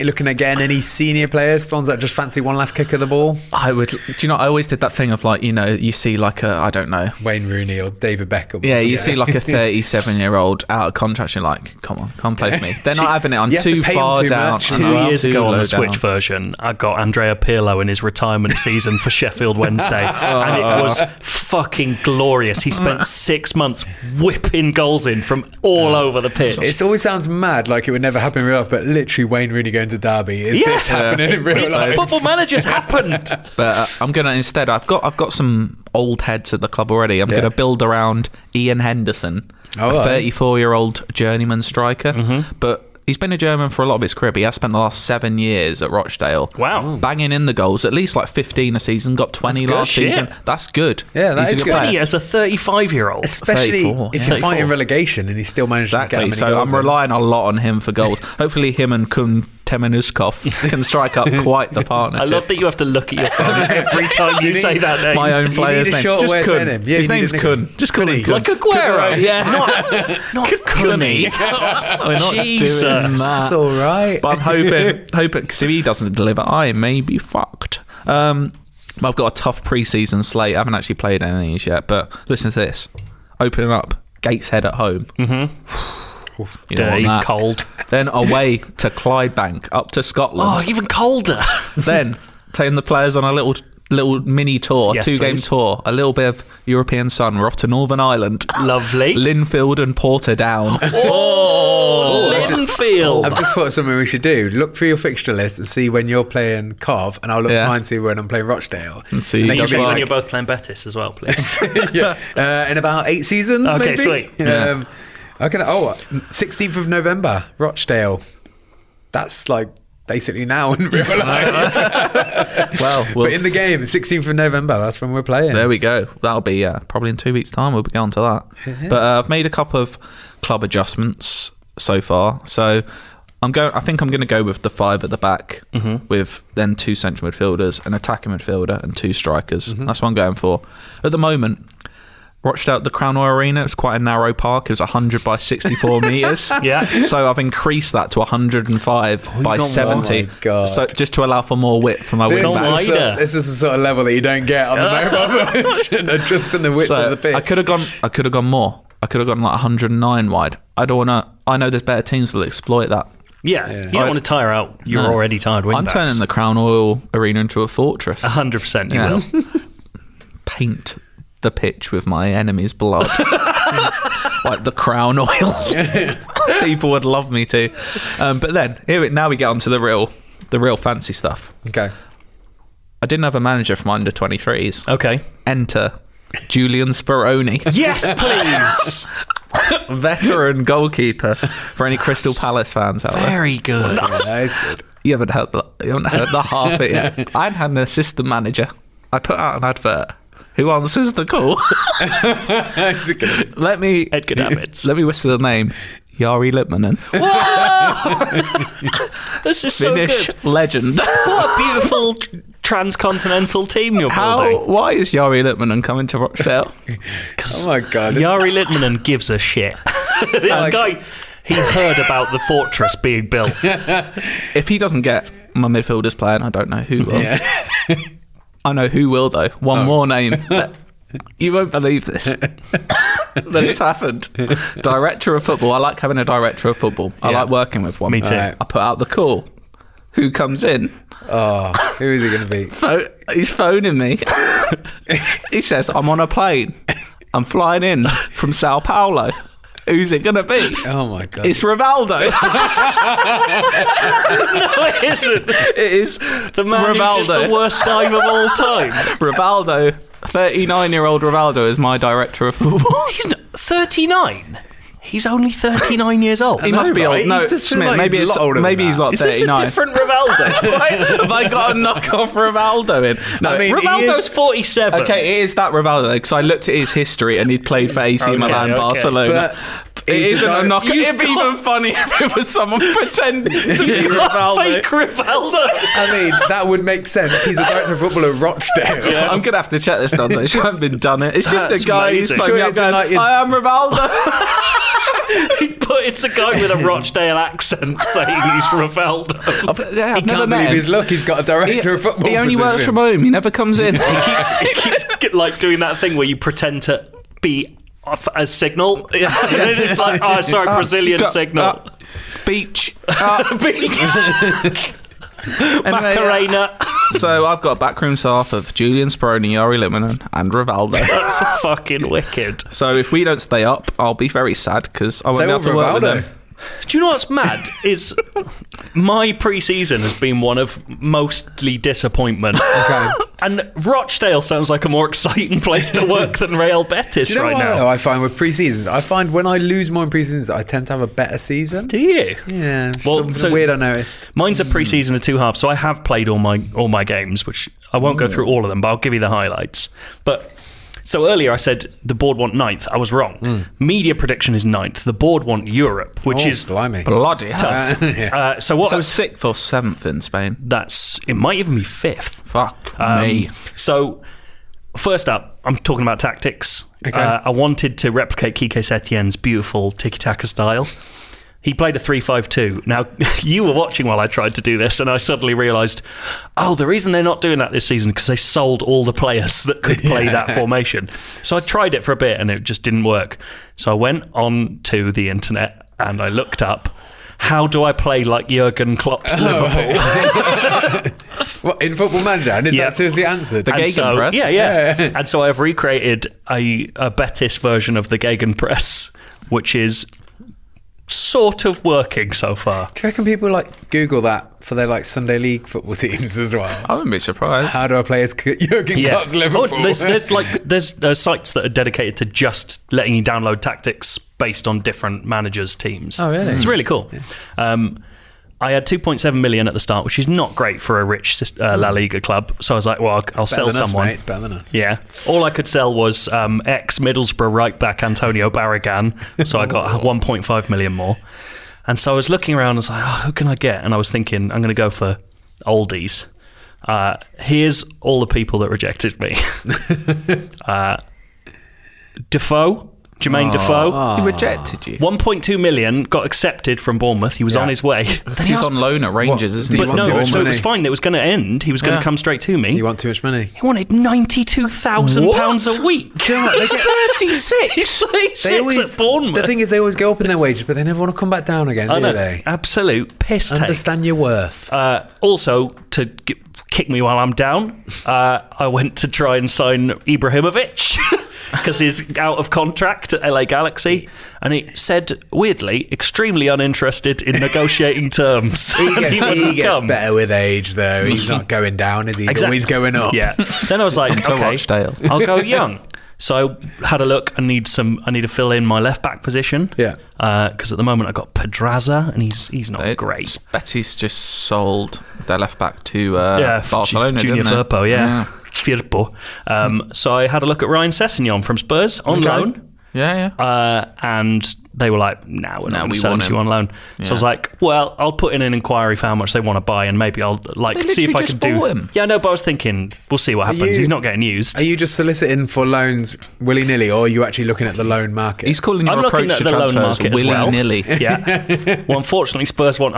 [SPEAKER 4] looking again, any senior players, ones that just fancy one last kick of the ball?
[SPEAKER 5] I would. Do you know? I always did that thing of like, you know, you see like a, I don't know.
[SPEAKER 4] Wayne Rooney or David Beckham.
[SPEAKER 5] Yeah, you see like a 37 year old out of contract. You're like, come on, come play for me. They're not having it. I'm
[SPEAKER 4] You have to
[SPEAKER 5] too
[SPEAKER 4] pay them
[SPEAKER 5] far
[SPEAKER 4] too
[SPEAKER 5] down.
[SPEAKER 4] much as
[SPEAKER 5] I'm
[SPEAKER 2] Two
[SPEAKER 4] well.
[SPEAKER 2] years
[SPEAKER 5] too
[SPEAKER 2] ago on
[SPEAKER 5] low
[SPEAKER 2] the Switch
[SPEAKER 5] down.
[SPEAKER 2] version, I got Andrea Pirlo in his retirement season for Sheffield Wednesday, and it was fucking glorious. He spent six months whipping goals in from all over the pitch.
[SPEAKER 4] It always sounds mad, like it would never happen in real life, but literally Wayne Rooney going to Derby is
[SPEAKER 2] Yeah.
[SPEAKER 4] this happening in real
[SPEAKER 2] It's
[SPEAKER 4] life?
[SPEAKER 2] football managers happened.
[SPEAKER 5] But uh, I'm gonna instead. I've got I've got some old heads at the club already. I'm
[SPEAKER 4] Yeah.
[SPEAKER 5] gonna build around Ian Henderson,
[SPEAKER 4] Oh,
[SPEAKER 5] a
[SPEAKER 4] right. Mm-hmm.
[SPEAKER 5] 34 year old journeyman striker. But he's been a German for a lot of his career. But he has spent the last seven years at Rochdale.
[SPEAKER 4] Oh.
[SPEAKER 2] Wow.
[SPEAKER 5] banging in the goals, at least like 15 a season. Got 20
[SPEAKER 2] That's good
[SPEAKER 5] last
[SPEAKER 2] shit.
[SPEAKER 5] season. That's good.
[SPEAKER 4] Yeah, that
[SPEAKER 5] he's
[SPEAKER 4] is
[SPEAKER 5] a
[SPEAKER 4] good.
[SPEAKER 5] good player.
[SPEAKER 2] He as a 35 year old.
[SPEAKER 4] Especially
[SPEAKER 5] 34,
[SPEAKER 4] if
[SPEAKER 5] yeah.
[SPEAKER 4] you're fighting
[SPEAKER 5] 34.
[SPEAKER 4] relegation and he still manages to
[SPEAKER 5] Exactly.
[SPEAKER 4] get that many
[SPEAKER 5] So
[SPEAKER 4] goals
[SPEAKER 5] I'm
[SPEAKER 4] in.
[SPEAKER 5] relying a lot on him for goals. Hopefully, him and Kun Temenuskov can strike up quite the partnership.
[SPEAKER 2] I love that you have to look at your phone every time you
[SPEAKER 4] need
[SPEAKER 2] say that name.
[SPEAKER 5] my own
[SPEAKER 4] need
[SPEAKER 5] player's
[SPEAKER 4] a
[SPEAKER 5] name.
[SPEAKER 4] shorter
[SPEAKER 5] Just
[SPEAKER 4] way of
[SPEAKER 5] Kun.
[SPEAKER 4] saying him. Yeah,
[SPEAKER 5] His
[SPEAKER 4] you need a
[SPEAKER 5] name's
[SPEAKER 4] nickname.
[SPEAKER 5] Kun. Just call him Kun.
[SPEAKER 2] Like Aguero.
[SPEAKER 5] Yeah.
[SPEAKER 2] Not, not Cunny.
[SPEAKER 5] We're not doing
[SPEAKER 2] Jesus.
[SPEAKER 5] that.
[SPEAKER 4] That's all right.
[SPEAKER 5] But I'm hoping, hoping, because if he doesn't deliver, I may be fucked. Um, but I've got a tough preseason slate. I haven't actually played any of these yet. But listen to this. Opening up Gateshead at home. Mm-hmm. you don't want
[SPEAKER 2] Dirty,
[SPEAKER 5] that.
[SPEAKER 2] cold.
[SPEAKER 5] Then away to Clydebank, up to
[SPEAKER 2] Oh,
[SPEAKER 5] Scotland.
[SPEAKER 2] even colder.
[SPEAKER 5] then taking the players on a little little mini tour,
[SPEAKER 2] Yes,
[SPEAKER 5] two game
[SPEAKER 2] please.
[SPEAKER 5] tour, a little bit of European sun. We're off to Northern Ireland.
[SPEAKER 2] Lovely.
[SPEAKER 5] Linfield and Porter down.
[SPEAKER 2] Oh,
[SPEAKER 4] I just-
[SPEAKER 2] Linfield.
[SPEAKER 4] I've just thought of something we should do. Look through your fixture list and see when you're playing Cov, and I'll look
[SPEAKER 5] Yeah.
[SPEAKER 4] for mine see when I'm playing Rochdale.
[SPEAKER 5] And see
[SPEAKER 4] then
[SPEAKER 5] who
[SPEAKER 4] you'll
[SPEAKER 5] does
[SPEAKER 4] be
[SPEAKER 5] well.
[SPEAKER 2] when
[SPEAKER 5] like-
[SPEAKER 2] you're both playing Betis as well, please.
[SPEAKER 4] yeah, uh, in about eight seasons.
[SPEAKER 2] Okay,
[SPEAKER 4] maybe?
[SPEAKER 2] sweet.
[SPEAKER 5] Yeah.
[SPEAKER 4] Um, okay. Oh, 16th of November, Rochdale. That's like basically now in real life.
[SPEAKER 5] well, we'll
[SPEAKER 4] but in the game, 16th of November. That's when we're playing.
[SPEAKER 5] There we go. That'll be uh, probably in two weeks' time. We'll be going to that. But uh, I've made a couple of club adjustments so far. So I'm going. I think I'm going to go with the five at the back,
[SPEAKER 4] Mm-hmm.
[SPEAKER 5] with then two central midfielders, an attacking midfielder, and two strikers.
[SPEAKER 4] Mm-hmm.
[SPEAKER 5] That's what I'm going for. At the moment, Rochdale at the Crown Royal Arena. It's quite a narrow park. It was 100 by 64 meters.
[SPEAKER 2] Yeah.
[SPEAKER 5] So I've increased that to 105 by
[SPEAKER 4] Oh, gone
[SPEAKER 5] 70.
[SPEAKER 4] wide. God.
[SPEAKER 5] So just to allow for more width for my
[SPEAKER 4] This
[SPEAKER 5] wing
[SPEAKER 2] Gone
[SPEAKER 4] is, the
[SPEAKER 5] backs.
[SPEAKER 4] sort,
[SPEAKER 2] wider.
[SPEAKER 4] this is the sort of level that you don't get on the mobile version, adjusting the width
[SPEAKER 5] So,
[SPEAKER 4] of the pitch.
[SPEAKER 5] I could have gone. I could have gone more. I could have gone like 109 wide. I don't want to. I know there's better teams that'll exploit that.
[SPEAKER 2] yeah, you don't
[SPEAKER 5] I-
[SPEAKER 2] want to tire out. You're
[SPEAKER 5] No.
[SPEAKER 2] already tired.
[SPEAKER 5] I'm turning the Crown Oil Arena into a fortress.
[SPEAKER 2] 100. percent You
[SPEAKER 5] Yeah.
[SPEAKER 2] will.
[SPEAKER 5] Paint the pitch with my enemy's blood, like the Crown Oil. People would love me to. Um, but then here, we- now we get onto the real, the real fancy stuff.
[SPEAKER 4] okay.
[SPEAKER 5] I didn't have a manager for my under 23s.
[SPEAKER 2] Okay.
[SPEAKER 5] Enter Julian Speroni.
[SPEAKER 2] Yes, please.
[SPEAKER 5] veteran goalkeeper for any Crystal Palace fans out there.
[SPEAKER 2] Very good.
[SPEAKER 4] That is good.
[SPEAKER 5] You haven't heard the, you haven't heard the half of it yet. I had an assistant manager. I put out an advert. Who answers the call?
[SPEAKER 4] That's a good.
[SPEAKER 5] let me
[SPEAKER 2] Edgar Davids.
[SPEAKER 5] let me whistle the name. Yari Lipmanen,
[SPEAKER 2] this is so
[SPEAKER 5] Finnish
[SPEAKER 2] good.
[SPEAKER 5] legend.
[SPEAKER 2] What a beautiful tr- transcontinental team you're
[SPEAKER 5] How?
[SPEAKER 2] building.
[SPEAKER 5] Why is Yari Lipmanen coming to Rochdale?
[SPEAKER 4] Oh my god. this-
[SPEAKER 2] Yari Litmanen gives a shit. this
[SPEAKER 4] like-
[SPEAKER 2] guy, he heard about the fortress being built.
[SPEAKER 5] if he doesn't get my midfielders playing, I don't know who will. I know who will though. One
[SPEAKER 2] Oh.
[SPEAKER 5] more name. you won't believe this. that it's happened. Director of football. I like having a director of football. I
[SPEAKER 2] Yeah.
[SPEAKER 5] like working with one.
[SPEAKER 2] Me too.
[SPEAKER 4] Alright.
[SPEAKER 5] I put out the call. Who comes in?
[SPEAKER 4] Oh, who is it going to be?
[SPEAKER 2] Oh.
[SPEAKER 5] Pho- He's phoning me. he says, "I'm on a plane. I'm flying in from Sao Paulo. Who's it gonna be?
[SPEAKER 4] Oh my god.
[SPEAKER 5] It's Rivaldo."
[SPEAKER 2] it isn't.
[SPEAKER 5] It is
[SPEAKER 2] The man who did the worst dive of all time.
[SPEAKER 5] Rivaldo, 39 year old Rivaldo, is my director of football.
[SPEAKER 2] He's not, 39. He's only 39 years old.
[SPEAKER 5] He must be
[SPEAKER 4] right?
[SPEAKER 5] old. No,
[SPEAKER 4] He just
[SPEAKER 5] Smith,
[SPEAKER 4] feels like
[SPEAKER 5] maybe
[SPEAKER 4] he's
[SPEAKER 5] it's
[SPEAKER 4] a lot older than
[SPEAKER 5] maybe he's
[SPEAKER 4] that.
[SPEAKER 5] like
[SPEAKER 2] Is this
[SPEAKER 5] 39.
[SPEAKER 2] a different Rivaldo?
[SPEAKER 5] Why Have I got a knockoff Rivaldo in? No,
[SPEAKER 4] I mean, he
[SPEAKER 2] Rivaldo's
[SPEAKER 4] is-
[SPEAKER 2] 47.
[SPEAKER 5] okay, it is that Rivaldo because I looked at his history and he'd played for AC
[SPEAKER 2] Okay,
[SPEAKER 5] Milan,
[SPEAKER 2] okay.
[SPEAKER 5] Barcelona. But,
[SPEAKER 4] But- up.
[SPEAKER 5] It
[SPEAKER 4] is
[SPEAKER 5] isn't a
[SPEAKER 4] di-
[SPEAKER 5] knock.
[SPEAKER 2] You've
[SPEAKER 5] It'd be
[SPEAKER 2] got-
[SPEAKER 5] even funnier if it was someone pretending to be Rivaldo.
[SPEAKER 2] Fake Rivaldo.
[SPEAKER 4] I mean, that would make sense. He's a director of football at Rochdale.
[SPEAKER 5] I'm gonna have to check this now. so It hasn't been done. It. It's just
[SPEAKER 2] That's
[SPEAKER 5] the guy who's
[SPEAKER 2] amazing.
[SPEAKER 5] phoned me up
[SPEAKER 4] Sure, it's a
[SPEAKER 5] going,
[SPEAKER 4] night- it's-
[SPEAKER 5] "I am Rivaldo."
[SPEAKER 2] but it's a guy with a Rochdale accent saying he's Rivaldo.
[SPEAKER 5] yeah, I've
[SPEAKER 4] He can't believe his luck. He's got a
[SPEAKER 5] He,
[SPEAKER 4] director of football.
[SPEAKER 5] he only works
[SPEAKER 4] position.
[SPEAKER 5] from home. He never comes in.
[SPEAKER 2] He keeps get- like doing that thing where you pretend to be off a signal, and then it's like, oh, sorry, Brazilian
[SPEAKER 5] Go-
[SPEAKER 2] signal.
[SPEAKER 5] uh, beach. Uh, anyway, yeah.
[SPEAKER 2] Macarena.
[SPEAKER 5] So I've got a backroom staff of Julian Speroni, Yari Litmanen, and Rivaldo.
[SPEAKER 2] That's fucking wicked.
[SPEAKER 5] so if we don't stay up, I'll be very sad because I won't
[SPEAKER 4] So
[SPEAKER 5] be able to work with
[SPEAKER 4] Rivaldo.
[SPEAKER 5] them.
[SPEAKER 2] Do you know what's mad? Is my preseason has been one of mostly disappointment.
[SPEAKER 4] Okay.
[SPEAKER 2] And Rochdale sounds like a more exciting place to work than Real Betis
[SPEAKER 4] Do you know
[SPEAKER 2] right
[SPEAKER 4] what
[SPEAKER 2] now.
[SPEAKER 4] though I find with pre-seasons? I find when I lose more in pre-seasons, I tend to have a better season.
[SPEAKER 2] Do you?
[SPEAKER 4] Yeah,
[SPEAKER 2] Well,
[SPEAKER 4] something
[SPEAKER 2] so-
[SPEAKER 4] weird I noticed. Hmm.
[SPEAKER 2] Mine's a preseason of two halves, so I have played all my all my games, which I won't
[SPEAKER 4] Hmm.
[SPEAKER 2] go through all of them, but I'll give you the highlights. But so earlier I said the board want ninth. I was wrong. Media prediction is ninth. The board want Europe, which
[SPEAKER 4] Hmm. oh,
[SPEAKER 2] is
[SPEAKER 4] blimey.
[SPEAKER 5] Bloody hell.
[SPEAKER 2] tough.
[SPEAKER 4] yeah.
[SPEAKER 2] Uh, so what? I
[SPEAKER 5] So
[SPEAKER 2] was,
[SPEAKER 5] sixth or seventh in Spain.
[SPEAKER 2] that's it. Might even be fifth.
[SPEAKER 5] Fuck
[SPEAKER 2] Um,
[SPEAKER 5] me.
[SPEAKER 2] So, first up, I'm talking about tactics. Uh, I wanted to replicate Kike Setien's beautiful tiki taka style. He played a 3 5 2. Now, you were watching while I tried to do this, and I suddenly realised, oh, the reason they're not doing that this season because they sold all the players that could play that formation. So I tried it for a bit, and it just didn't work. So I went on to the internet and I looked up, how do I play like Jurgen Klopp's Liverpool?
[SPEAKER 4] What, in Football Manager? And is
[SPEAKER 2] Yeah.
[SPEAKER 4] that seriously answered?
[SPEAKER 5] The
[SPEAKER 2] And so,
[SPEAKER 5] Gegenpress?
[SPEAKER 2] Yeah, yeah. and so I've recreated a, a Betis version of the Gegenpress, which is sort of working so far.
[SPEAKER 4] Do you reckon people like Google that for their like Sunday league football teams as well?
[SPEAKER 5] I wouldn't be surprised.
[SPEAKER 4] How do I play as C- Jurgen
[SPEAKER 2] Yeah.
[SPEAKER 4] Klopp's Liverpool?
[SPEAKER 2] Oh, there's, there's like there's uh, sites that are dedicated to just letting you download tactics based on different managers' teams. Oh,
[SPEAKER 4] really?
[SPEAKER 2] It's really cool. Um, I had 2.7 million at the start, which is not great for a rich uh, La Liga club. So I was like, well, I'll, I'll
[SPEAKER 4] better
[SPEAKER 2] sell
[SPEAKER 4] than
[SPEAKER 2] someone.
[SPEAKER 4] Us, mate. It's better than us.
[SPEAKER 2] Yeah. All I could sell was um, ex Middlesbrough right back Antonio Barragan. So I got 1.5 million more. And so I was looking around and was like, oh, who can I get? And I was thinking, I'm going to go for oldies. Uh, here's all the people that rejected me uh, Defoe, Jermaine Defoe.
[SPEAKER 5] He rejected you.
[SPEAKER 2] 1.2 million got accepted from Bournemouth. He was on his way.
[SPEAKER 5] He's on loan at Rangers,
[SPEAKER 4] What?
[SPEAKER 5] isn't
[SPEAKER 4] Do
[SPEAKER 5] he?
[SPEAKER 4] you
[SPEAKER 2] But
[SPEAKER 4] want
[SPEAKER 2] no,
[SPEAKER 4] more
[SPEAKER 2] so it was
[SPEAKER 4] money?
[SPEAKER 2] fine. It was going to end. He was going to
[SPEAKER 5] Yeah.
[SPEAKER 2] come straight to me.
[SPEAKER 4] You want too much money?
[SPEAKER 2] He wanted ninety-two thousand
[SPEAKER 5] What?
[SPEAKER 2] pounds a week. Thirty-six. He's thirty-six at Bournemouth.
[SPEAKER 4] The thing is, they always go up in their wages, but they never want to come back down again,
[SPEAKER 2] I
[SPEAKER 4] do
[SPEAKER 2] know.
[SPEAKER 4] they?
[SPEAKER 2] Absolute piss take.
[SPEAKER 4] Understand your worth.
[SPEAKER 2] Uh, also, to g- kick me while I'm down, uh, I went to try and sign Ibrahimovic because he's out of contract at LA Galaxy, and he said weirdly, extremely uninterested in negotiating terms.
[SPEAKER 4] He
[SPEAKER 2] And
[SPEAKER 4] gets,
[SPEAKER 2] wouldn't
[SPEAKER 4] he gets
[SPEAKER 2] come.
[SPEAKER 4] better with age, though. He's not going down, is he? He's
[SPEAKER 2] Exact-
[SPEAKER 4] always going up.
[SPEAKER 2] Yeah. Then I was like,
[SPEAKER 5] Until
[SPEAKER 2] okay,
[SPEAKER 5] Rochdale.
[SPEAKER 2] I'll go young. So I had a look. I need some. I need to fill in my left back position.
[SPEAKER 4] Yeah.
[SPEAKER 2] Because at the moment I have got Pedraza, and he's he's not
[SPEAKER 5] It-
[SPEAKER 2] great.
[SPEAKER 5] Betis just sold their left back to uh,
[SPEAKER 2] Yeah,
[SPEAKER 5] Barcelona.
[SPEAKER 2] Ju- Junior
[SPEAKER 5] didn't they? Hmm.
[SPEAKER 2] Firpo. Yeah. Firpo. Um, So I had a look at Ryan Sessignon from Spurs on
[SPEAKER 4] Okay.
[SPEAKER 2] loan.
[SPEAKER 5] yeah, yeah.
[SPEAKER 2] Uh, and they were like, "Now we're
[SPEAKER 5] Nah,
[SPEAKER 2] not
[SPEAKER 5] we
[SPEAKER 2] selling
[SPEAKER 5] want
[SPEAKER 2] to you
[SPEAKER 5] him."
[SPEAKER 2] on loan." So I was
[SPEAKER 5] Yeah.
[SPEAKER 2] like, "Well, I'll put in an inquiry for how much they want to buy, and maybe I'll like
[SPEAKER 5] They
[SPEAKER 2] see if I can
[SPEAKER 5] literally just
[SPEAKER 2] do."
[SPEAKER 5] bought him.
[SPEAKER 2] Yeah, no, but I was thinking, we'll see what happens.
[SPEAKER 4] you-
[SPEAKER 2] He's not getting used.
[SPEAKER 4] Are you just soliciting for loans willy nilly, or are you actually looking at the loan market?
[SPEAKER 5] He's calling your
[SPEAKER 2] I'm
[SPEAKER 5] approach
[SPEAKER 2] looking at
[SPEAKER 5] to
[SPEAKER 2] the loan
[SPEAKER 5] transfers
[SPEAKER 2] market as well.
[SPEAKER 5] willy-nilly.
[SPEAKER 2] Yeah. well, unfortunately, Spurs want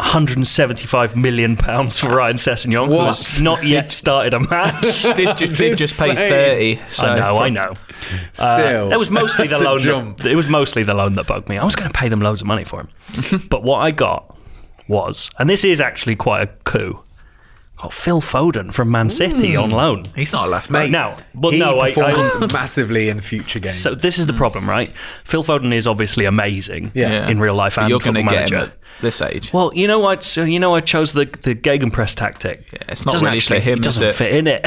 [SPEAKER 2] 175 million pounds for Ryan Sessegnon,
[SPEAKER 4] What?
[SPEAKER 2] who's not yet started a match.
[SPEAKER 5] did, ju- did just pay 30.
[SPEAKER 4] insane.
[SPEAKER 5] So
[SPEAKER 2] I know, I know. Uh,
[SPEAKER 4] Still,
[SPEAKER 2] it was mostly the
[SPEAKER 4] that's a
[SPEAKER 2] loan.
[SPEAKER 4] jump.
[SPEAKER 2] That, it was mostly the loan that bugged me. I was going to pay them loads of money for him, but what I got was, and this is actually quite a coup. Got Phil Foden from Man City
[SPEAKER 5] Mm.
[SPEAKER 2] on loan.
[SPEAKER 5] He's not a left
[SPEAKER 4] Mate,
[SPEAKER 2] No, well,
[SPEAKER 4] he
[SPEAKER 2] no, I- I-
[SPEAKER 4] performs massively in future games.
[SPEAKER 2] So this is the problem, right? Phil Foden is obviously amazing
[SPEAKER 4] Yeah.
[SPEAKER 2] in real life and
[SPEAKER 5] You're
[SPEAKER 2] football
[SPEAKER 5] going to get
[SPEAKER 2] manager.
[SPEAKER 5] him at this age.
[SPEAKER 2] Well, you know what? So you know I chose the the gegenpress tactic. Yeah,
[SPEAKER 5] it's not really for him,
[SPEAKER 2] It
[SPEAKER 5] is
[SPEAKER 2] doesn't
[SPEAKER 5] it?
[SPEAKER 2] fit in it.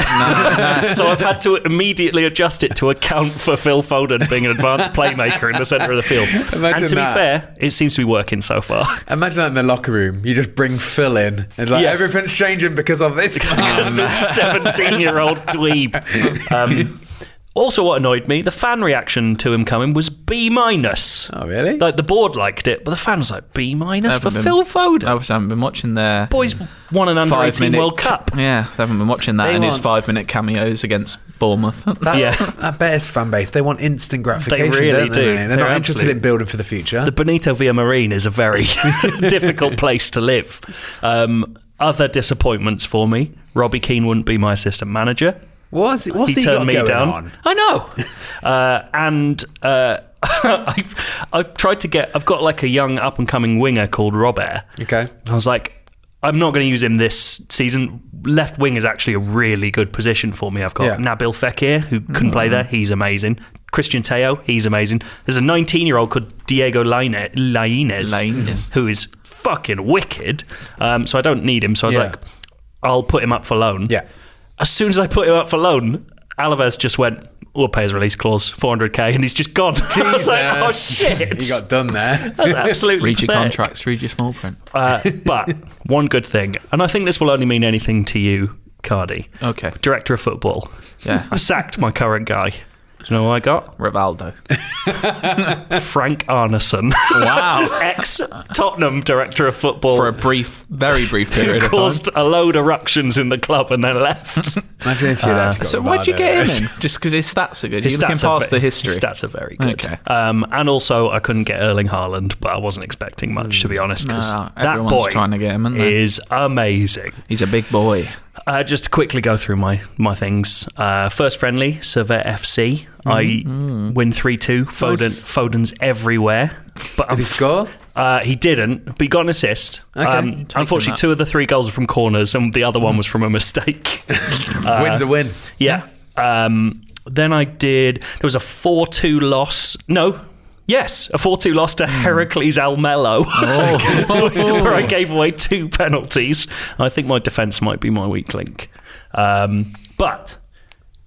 [SPEAKER 2] so I've had to immediately adjust it to account for Phil Foden being an advanced playmaker in the centre of the field.
[SPEAKER 4] Imagine
[SPEAKER 2] and to
[SPEAKER 4] that.
[SPEAKER 2] be fair, it seems to be working so far.
[SPEAKER 5] Oh,
[SPEAKER 4] Imagine that in the locker room. You just bring Phil in, and like
[SPEAKER 2] Yeah.
[SPEAKER 4] everything's changing because of this.
[SPEAKER 2] Because this seventeen-year-old dweeb. Um, Also, what annoyed me, the fan reaction to him coming was B minus.
[SPEAKER 4] Oh, really?
[SPEAKER 2] Like the board liked it, but the fan was like B minus for
[SPEAKER 5] Haven't been-
[SPEAKER 2] Phil Foden.
[SPEAKER 5] I was- haven't been watching their
[SPEAKER 2] Boys won an under
[SPEAKER 5] five
[SPEAKER 2] eighteen
[SPEAKER 5] minute
[SPEAKER 2] World Cup.
[SPEAKER 5] Yeah, I haven't been watching that
[SPEAKER 4] They
[SPEAKER 5] and his
[SPEAKER 4] want-
[SPEAKER 5] five minute cameos against Bournemouth.
[SPEAKER 4] That,
[SPEAKER 2] Yeah.
[SPEAKER 4] that Bears fan base, they want instant gratification.
[SPEAKER 2] They really
[SPEAKER 4] don't they?
[SPEAKER 2] do.
[SPEAKER 4] They're,
[SPEAKER 2] They're
[SPEAKER 4] not interested
[SPEAKER 2] absolute-
[SPEAKER 4] in building for the future.
[SPEAKER 2] The Benito Villamarine is a very difficult place to live. Um, other disappointments for me: Robbie Keane wouldn't be my assistant manager.
[SPEAKER 4] what's what's he,
[SPEAKER 2] he
[SPEAKER 4] got
[SPEAKER 2] turned me
[SPEAKER 4] going
[SPEAKER 2] down.
[SPEAKER 4] on?
[SPEAKER 2] I know. uh, and uh, I've, I've tried to get. I've got like a young up and coming winger called Robert.
[SPEAKER 4] Okay.
[SPEAKER 2] I was like, I'm not going to use him this season. Left wing is actually a really good position for me. I've got
[SPEAKER 4] Yeah. Mm-hmm.
[SPEAKER 2] Nabil Fekir, who couldn't play there. He's amazing. Christian Teo, he's amazing. There's a 19 year old called Diego Laine- Lainez,
[SPEAKER 5] Lainez.
[SPEAKER 2] who is fucking wicked. Um, so I don't need him. So I was
[SPEAKER 4] Yeah.
[SPEAKER 2] like, I'll put him up for loan.
[SPEAKER 4] Yeah.
[SPEAKER 2] As soon as I put him up for loan, Alaves just went, we'll pay his release clause, 400k, and he's just gone. I was like, oh
[SPEAKER 4] Jesus.
[SPEAKER 2] shit.
[SPEAKER 4] He got done there.
[SPEAKER 2] That's absolutely
[SPEAKER 5] Read your
[SPEAKER 2] pathetic.
[SPEAKER 5] contracts, read your small print.
[SPEAKER 2] Uh, but one good thing, and I think this will only mean anything to you, Cardi.
[SPEAKER 5] Okay.
[SPEAKER 2] Director of football.
[SPEAKER 5] Yeah.
[SPEAKER 2] I sacked my current guy. Do you know what I got?
[SPEAKER 5] Rivaldo.
[SPEAKER 2] Frank Arneson.
[SPEAKER 5] Wow.
[SPEAKER 2] Ex Tottenham director of football.
[SPEAKER 5] For a brief, very brief period of time.
[SPEAKER 2] caused a load of ructions in the club and then left.
[SPEAKER 4] Imagine if you'd actually got
[SPEAKER 5] So where'd you
[SPEAKER 4] Ronaldo
[SPEAKER 5] get
[SPEAKER 4] there.
[SPEAKER 5] him in? Just because his stats are good.
[SPEAKER 2] His
[SPEAKER 5] You're looking
[SPEAKER 2] stats are
[SPEAKER 5] past
[SPEAKER 2] ve-
[SPEAKER 5] the history.
[SPEAKER 2] His stats are very good.
[SPEAKER 5] Okay.
[SPEAKER 2] Um, and also, I couldn't get Erling Haaland, but I wasn't expecting much, to be honest, because
[SPEAKER 5] Hmm. No,
[SPEAKER 2] that
[SPEAKER 5] everyone's
[SPEAKER 2] boy
[SPEAKER 5] trying to get him, aren't they?
[SPEAKER 2] is amazing.
[SPEAKER 5] He's a big boy.
[SPEAKER 2] Uh, just to quickly go through my my things. Uh, first friendly, Servette FC.
[SPEAKER 5] Hmm.
[SPEAKER 2] I win three two. Foden Foden's everywhere. But
[SPEAKER 4] Did he
[SPEAKER 2] unf-
[SPEAKER 4] score?
[SPEAKER 2] Uh, he didn't, but he got an assist.
[SPEAKER 4] You're
[SPEAKER 2] Um, unfortunately,
[SPEAKER 5] that. Hmm.
[SPEAKER 2] two of the three goals are from corners, and the other one was from a mistake.
[SPEAKER 4] Win's a win.
[SPEAKER 2] yeah. Um, then I did. There was a four two loss. No. Yes, a 4 2 loss
[SPEAKER 4] Hmm.
[SPEAKER 2] to Heracles Almelo,
[SPEAKER 4] Oh.
[SPEAKER 2] where I gave away two penalties. I think my defence might be my weak link. Um, but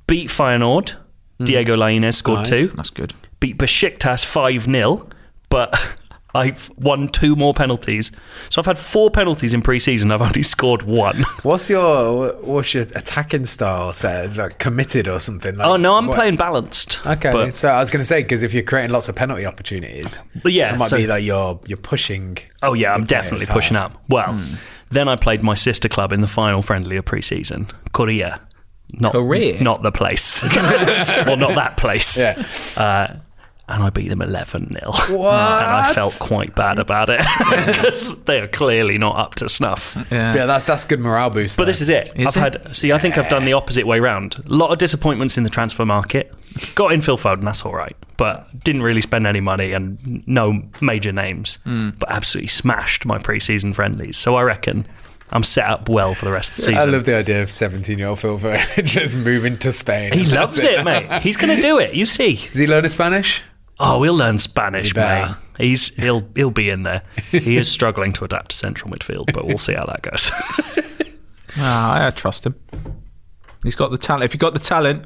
[SPEAKER 2] beat Feyenoord. Diego Lainez scored
[SPEAKER 4] Hmm. Nice.
[SPEAKER 2] two.
[SPEAKER 5] That's good.
[SPEAKER 2] Beat Besiktas 5 0, but I've won two more penalties. So I've had four penalties in pre season. I've only scored one.
[SPEAKER 4] What's your what's your attacking style? So it's like committed or something? Like,
[SPEAKER 2] Oh, no, I'm
[SPEAKER 4] what-
[SPEAKER 2] playing balanced.
[SPEAKER 4] Okay,
[SPEAKER 2] But-
[SPEAKER 4] so I was going to say because if you're creating lots of penalty opportunities,
[SPEAKER 2] But yeah,
[SPEAKER 4] it might
[SPEAKER 2] so-
[SPEAKER 4] be like you're you're pushing.
[SPEAKER 2] Oh yeah, I'm
[SPEAKER 4] the players
[SPEAKER 2] definitely pushing
[SPEAKER 4] hard. Hmm.
[SPEAKER 2] up. Well, then I played my sister club in the final friendly of pre-season, Korea. Not
[SPEAKER 5] Korea?
[SPEAKER 2] not the place, well, not that place.
[SPEAKER 4] Yeah.
[SPEAKER 2] Uh, and I beat them 11 0. And I felt quite bad about it because they are clearly not up to snuff.
[SPEAKER 5] Yeah.
[SPEAKER 4] Yeah, that's that's good morale boost.
[SPEAKER 2] But this is it.
[SPEAKER 5] Is
[SPEAKER 2] I've
[SPEAKER 5] it?
[SPEAKER 2] had see. I think I've done the opposite way round. A lot of disappointments in the transfer market. Got in Phil Foden, that's all right, but didn't really spend any money and no major names.
[SPEAKER 5] Hmm.
[SPEAKER 2] But absolutely smashed my pre-season friendlies. So I reckon I'm set up well for the rest of the
[SPEAKER 4] I
[SPEAKER 2] season.
[SPEAKER 4] love the idea of 17 year old Phil Foden just moving to Spain.
[SPEAKER 2] he
[SPEAKER 4] That's
[SPEAKER 2] loves it, mate. He's going to do it. You see.
[SPEAKER 4] Is he learning Spanish?
[SPEAKER 2] Oh, he'll learn Spanish,
[SPEAKER 4] better.
[SPEAKER 2] mate. He's he'll he'll be in there. He is struggling to adapt to central midfield, but we'll see how that goes.
[SPEAKER 5] Ah, I trust him. He's got the talent. If you've got the talent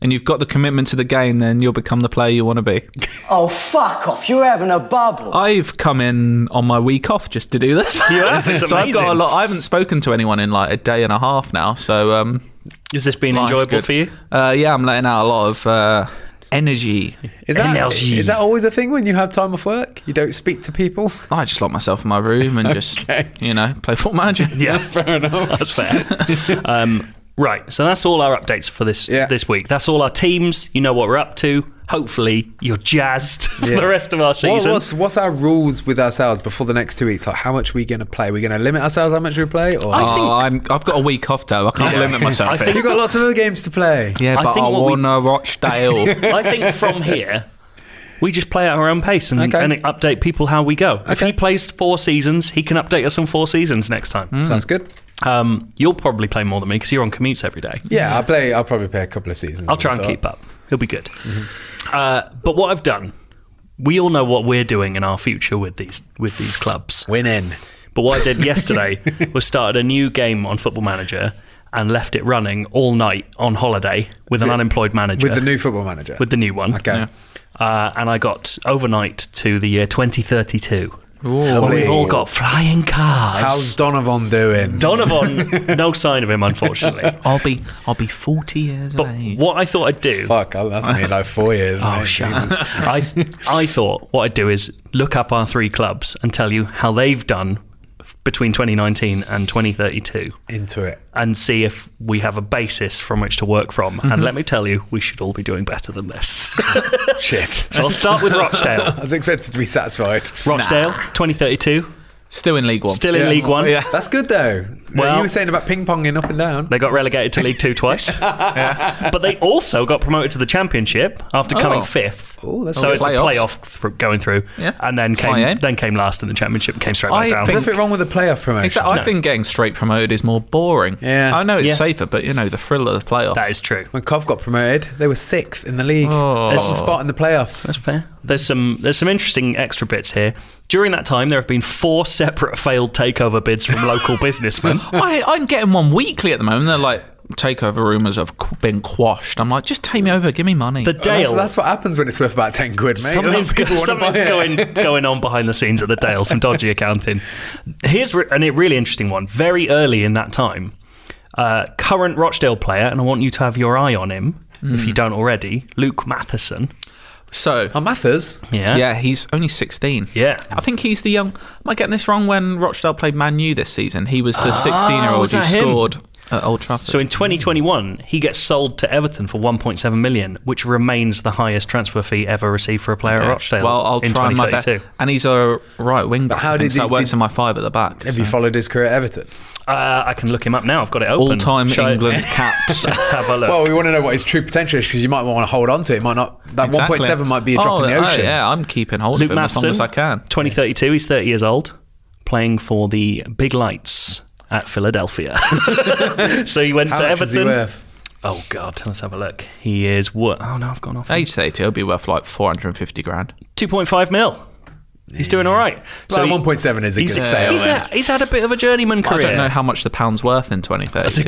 [SPEAKER 5] and you've got the commitment to the game, then you'll become the player you want to be.
[SPEAKER 6] Oh, fuck off. You're having a bubble.
[SPEAKER 5] I've come in on my week off just to do this.
[SPEAKER 2] You have? It's
[SPEAKER 5] so I've got a
[SPEAKER 2] amazing.
[SPEAKER 5] lot. I haven't spoken to anyone in like a day and a half now. So um,
[SPEAKER 2] Has this been
[SPEAKER 5] life's
[SPEAKER 2] enjoyable
[SPEAKER 5] good.
[SPEAKER 2] for you?
[SPEAKER 5] Uh, yeah, I'm letting out a lot of uh, energy.
[SPEAKER 4] Is that
[SPEAKER 2] NLG.
[SPEAKER 4] is that always a thing when you have time off work? You don't speak to people.
[SPEAKER 5] I just lock myself in my room and just you know play football manager.
[SPEAKER 2] Yeah, fair enough. That's fair. um, right, so that's all our updates for this
[SPEAKER 4] Yeah.
[SPEAKER 2] this week. That's all our teams. You know what we're up to. Hopefully, you're jazzed for the rest of our
[SPEAKER 4] What,
[SPEAKER 2] season.
[SPEAKER 4] what's what's our rules with ourselves before the next two weeks? Like, how much are we going to play? Are we going to limit ourselves how much we play? Or
[SPEAKER 2] I think-
[SPEAKER 5] Oh, I'm, I've got a week off though. I can't limit myself.
[SPEAKER 2] I think-
[SPEAKER 4] you got lots of other games to play.
[SPEAKER 5] yeah,
[SPEAKER 2] I
[SPEAKER 5] but I,
[SPEAKER 2] think what we-
[SPEAKER 5] want to watch Dale.
[SPEAKER 2] I think from here. We just play at our own pace and,
[SPEAKER 4] Okay.
[SPEAKER 2] and update people how we go. If he
[SPEAKER 4] Okay.
[SPEAKER 2] plays four seasons, he can update us on four seasons next time.
[SPEAKER 4] Sounds good.
[SPEAKER 2] Um, you'll probably play more than me because you're on commutes every day.
[SPEAKER 4] Yeah, I'll play. I'll probably play a couple of seasons.
[SPEAKER 2] I'll try and keep up. He'll be good.
[SPEAKER 4] Mm-hmm.
[SPEAKER 2] Uh, but what I've done, we all know what we're doing in our future with these with these clubs.
[SPEAKER 4] Winning.
[SPEAKER 2] But what I did yesterday was started a new game on Football Manager and left it running all night on holiday with an
[SPEAKER 4] it-
[SPEAKER 2] unemployed manager.
[SPEAKER 4] with the new football manager.
[SPEAKER 2] with the new one.
[SPEAKER 4] okay.
[SPEAKER 2] Uh, and I got overnight to the year 2032. Well, we've all got flying cars.
[SPEAKER 4] How's Donovan doing?
[SPEAKER 2] Donovan? no sign of him, unfortunately.
[SPEAKER 5] I'll be I'll be forty years
[SPEAKER 2] But
[SPEAKER 5] old.
[SPEAKER 2] what I thought I'd do
[SPEAKER 4] Fuck, oh, that's me like four years.
[SPEAKER 2] Oh,
[SPEAKER 4] mate.
[SPEAKER 2] shut
[SPEAKER 4] Jesus.
[SPEAKER 2] up. I, I thought what I'd do is look up our three clubs and tell you how they've done f- between 2019 and 2032
[SPEAKER 4] Into it.
[SPEAKER 2] and see if we have a basis from which to work from.
[SPEAKER 5] Mm-hmm.
[SPEAKER 2] And let me tell you, we should all be doing better than this.
[SPEAKER 4] Shit.
[SPEAKER 2] so I'll start with
[SPEAKER 4] I
[SPEAKER 2] Rochdale.
[SPEAKER 4] was expected to be satisfied.
[SPEAKER 2] Rochdale, 2032,
[SPEAKER 5] Still in League One.
[SPEAKER 2] still in
[SPEAKER 4] Yeah.
[SPEAKER 2] League One.
[SPEAKER 5] Yeah.
[SPEAKER 4] That's good though. Well,
[SPEAKER 2] Well-
[SPEAKER 4] you were saying about ping ponging up and down.
[SPEAKER 2] They got relegated to League Two twice, but they also got promoted to the Championship after coming
[SPEAKER 5] Oh.
[SPEAKER 2] fifth.
[SPEAKER 4] Ooh, that's
[SPEAKER 2] so
[SPEAKER 4] good.
[SPEAKER 2] it's
[SPEAKER 5] Playoffs.
[SPEAKER 2] a playoff for going through,
[SPEAKER 5] Yeah.
[SPEAKER 2] and then
[SPEAKER 5] That's my
[SPEAKER 2] came
[SPEAKER 5] aim.
[SPEAKER 2] then came last in the Championship, and came straight back
[SPEAKER 5] I
[SPEAKER 2] down.
[SPEAKER 5] think-
[SPEAKER 4] Nothing wrong with the playoff promotion.
[SPEAKER 5] Exactly. I think getting straight promoted is more boring.
[SPEAKER 4] Yeah.
[SPEAKER 5] I know it's
[SPEAKER 2] Yeah.
[SPEAKER 5] safer, but you know the thrill of the playoffs.
[SPEAKER 2] That is true.
[SPEAKER 4] When Kov got promoted, they were sixth in the league.
[SPEAKER 5] Oh.
[SPEAKER 4] That's the spot in the playoffs.
[SPEAKER 2] fair. There's some there's some interesting extra bits here. During that time, there have been four separate failed takeover bids from local businessmen.
[SPEAKER 5] I, I'm getting one weekly at the moment. They're like takeover rumours have qu- been quashed. I'm like, just take me over, give me money.
[SPEAKER 2] The
[SPEAKER 4] That's,
[SPEAKER 2] Dale.
[SPEAKER 4] that's what happens when it's worth about ten quid, mate.
[SPEAKER 2] Something's,
[SPEAKER 4] People wanna
[SPEAKER 2] something's
[SPEAKER 4] buy it.
[SPEAKER 2] going going on behind the scenes at the Dale. Some dodgy accounting. Here's re- an- a really interesting one. Very early in that time, uh, current Rochdale player, and I want you to have your eye on him if
[SPEAKER 4] Hmm.
[SPEAKER 2] you don't already. Luke Matheson.
[SPEAKER 5] so
[SPEAKER 4] Oh, Mathers.
[SPEAKER 2] Yeah.
[SPEAKER 5] yeah, he's only 16.
[SPEAKER 2] Yeah.
[SPEAKER 5] I think he's the young. Am I getting this wrong? When Rochdale played Man U this season, he was the 16 year
[SPEAKER 2] was
[SPEAKER 5] old who
[SPEAKER 2] Oh, that him?
[SPEAKER 5] scored at Old Trafford.
[SPEAKER 2] So in 2021, he gets sold to Everton for 1.7 million, which remains the highest transfer fee ever received for a player at Rochdale.
[SPEAKER 5] Well, I'll
[SPEAKER 2] in
[SPEAKER 5] try my best.
[SPEAKER 2] 2032.
[SPEAKER 5] And he's a right wing back.
[SPEAKER 4] how
[SPEAKER 5] I think,
[SPEAKER 4] did
[SPEAKER 5] so
[SPEAKER 4] he-
[SPEAKER 5] that works
[SPEAKER 4] did-
[SPEAKER 5] in my five at the back.
[SPEAKER 4] Have you followed his career at Everton?
[SPEAKER 2] Uh, I can look him up now. I've got it open.
[SPEAKER 5] All time
[SPEAKER 2] Shall I-
[SPEAKER 5] England caps.
[SPEAKER 2] Let's have a look.
[SPEAKER 4] Well, we want to know what his true potential is because you might want to hold on to it. It Might not. That
[SPEAKER 5] Exactly.
[SPEAKER 4] 1.7 might be a drop
[SPEAKER 5] oh,
[SPEAKER 4] in the
[SPEAKER 5] oh,
[SPEAKER 4] ocean.
[SPEAKER 5] yeah, I'm keeping hold
[SPEAKER 2] Luke
[SPEAKER 5] of him as
[SPEAKER 2] Matheson,
[SPEAKER 5] long as I can.
[SPEAKER 2] 2032. He's 30 years old, playing for the Big Lights at Philadelphia. so he went
[SPEAKER 4] How
[SPEAKER 2] to
[SPEAKER 4] much
[SPEAKER 2] Everton.
[SPEAKER 4] is he worth?
[SPEAKER 2] Oh God, let's have a look. He is what? Oh no, I've gone off.
[SPEAKER 5] Age 30, he'll be worth like 450 grand.
[SPEAKER 2] 2.5 mil. He's doing all right.
[SPEAKER 4] So
[SPEAKER 2] he-
[SPEAKER 4] 1.7 is a good
[SPEAKER 2] He's,
[SPEAKER 4] sale.
[SPEAKER 2] he's,
[SPEAKER 4] then.
[SPEAKER 2] had, he's had a bit of a journeyman career.
[SPEAKER 5] I don't know how much the pound's worth in
[SPEAKER 2] That's a
[SPEAKER 5] 2030.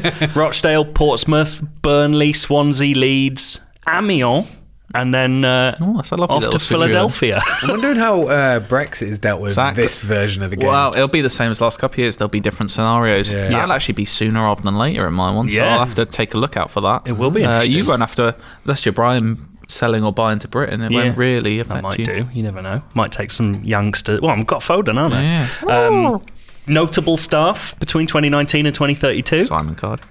[SPEAKER 2] good point. Rochdale, Portsmouth, Burnley, Swansea, Leeds, Amiens, and then uh,
[SPEAKER 5] Oh, that's a lovely
[SPEAKER 2] off
[SPEAKER 5] little
[SPEAKER 2] to
[SPEAKER 5] sojourn.
[SPEAKER 2] Philadelphia.
[SPEAKER 4] I'm wondering how uh, Brexit is dealt with
[SPEAKER 5] Exactly.
[SPEAKER 4] this version of the game.
[SPEAKER 5] Well, it'll be the same as last couple of years. There'll be different scenarios.
[SPEAKER 4] Yeah.
[SPEAKER 5] That'll actually be sooner rather than later in my one, so
[SPEAKER 2] Yeah.
[SPEAKER 5] I'll have to take a look out for that. It
[SPEAKER 2] will be
[SPEAKER 5] Uh, you
[SPEAKER 2] interesting.
[SPEAKER 5] won't have to, unless you're Brian selling or buying to Britain, it won't really affect
[SPEAKER 2] I might
[SPEAKER 5] you.
[SPEAKER 2] do. You never know. Might take some youngsters. Well, I've got Foden, aren't I?
[SPEAKER 5] Yeah.
[SPEAKER 2] Um, notable staff between 2019 and 2032.
[SPEAKER 5] Simon Card.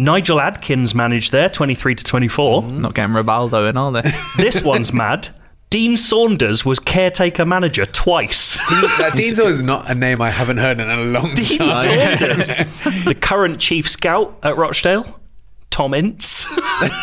[SPEAKER 2] Nigel Adkins managed there, 23 to 24.
[SPEAKER 5] Not getting Ribaldo in, are they?
[SPEAKER 2] This one's mad. Dean Saunders was caretaker manager twice.
[SPEAKER 4] Now, Dean's always not a name I haven't heard in a long
[SPEAKER 2] Dean
[SPEAKER 4] time.
[SPEAKER 2] Saunders. the current chief scout at Rochdale, Tom Ince.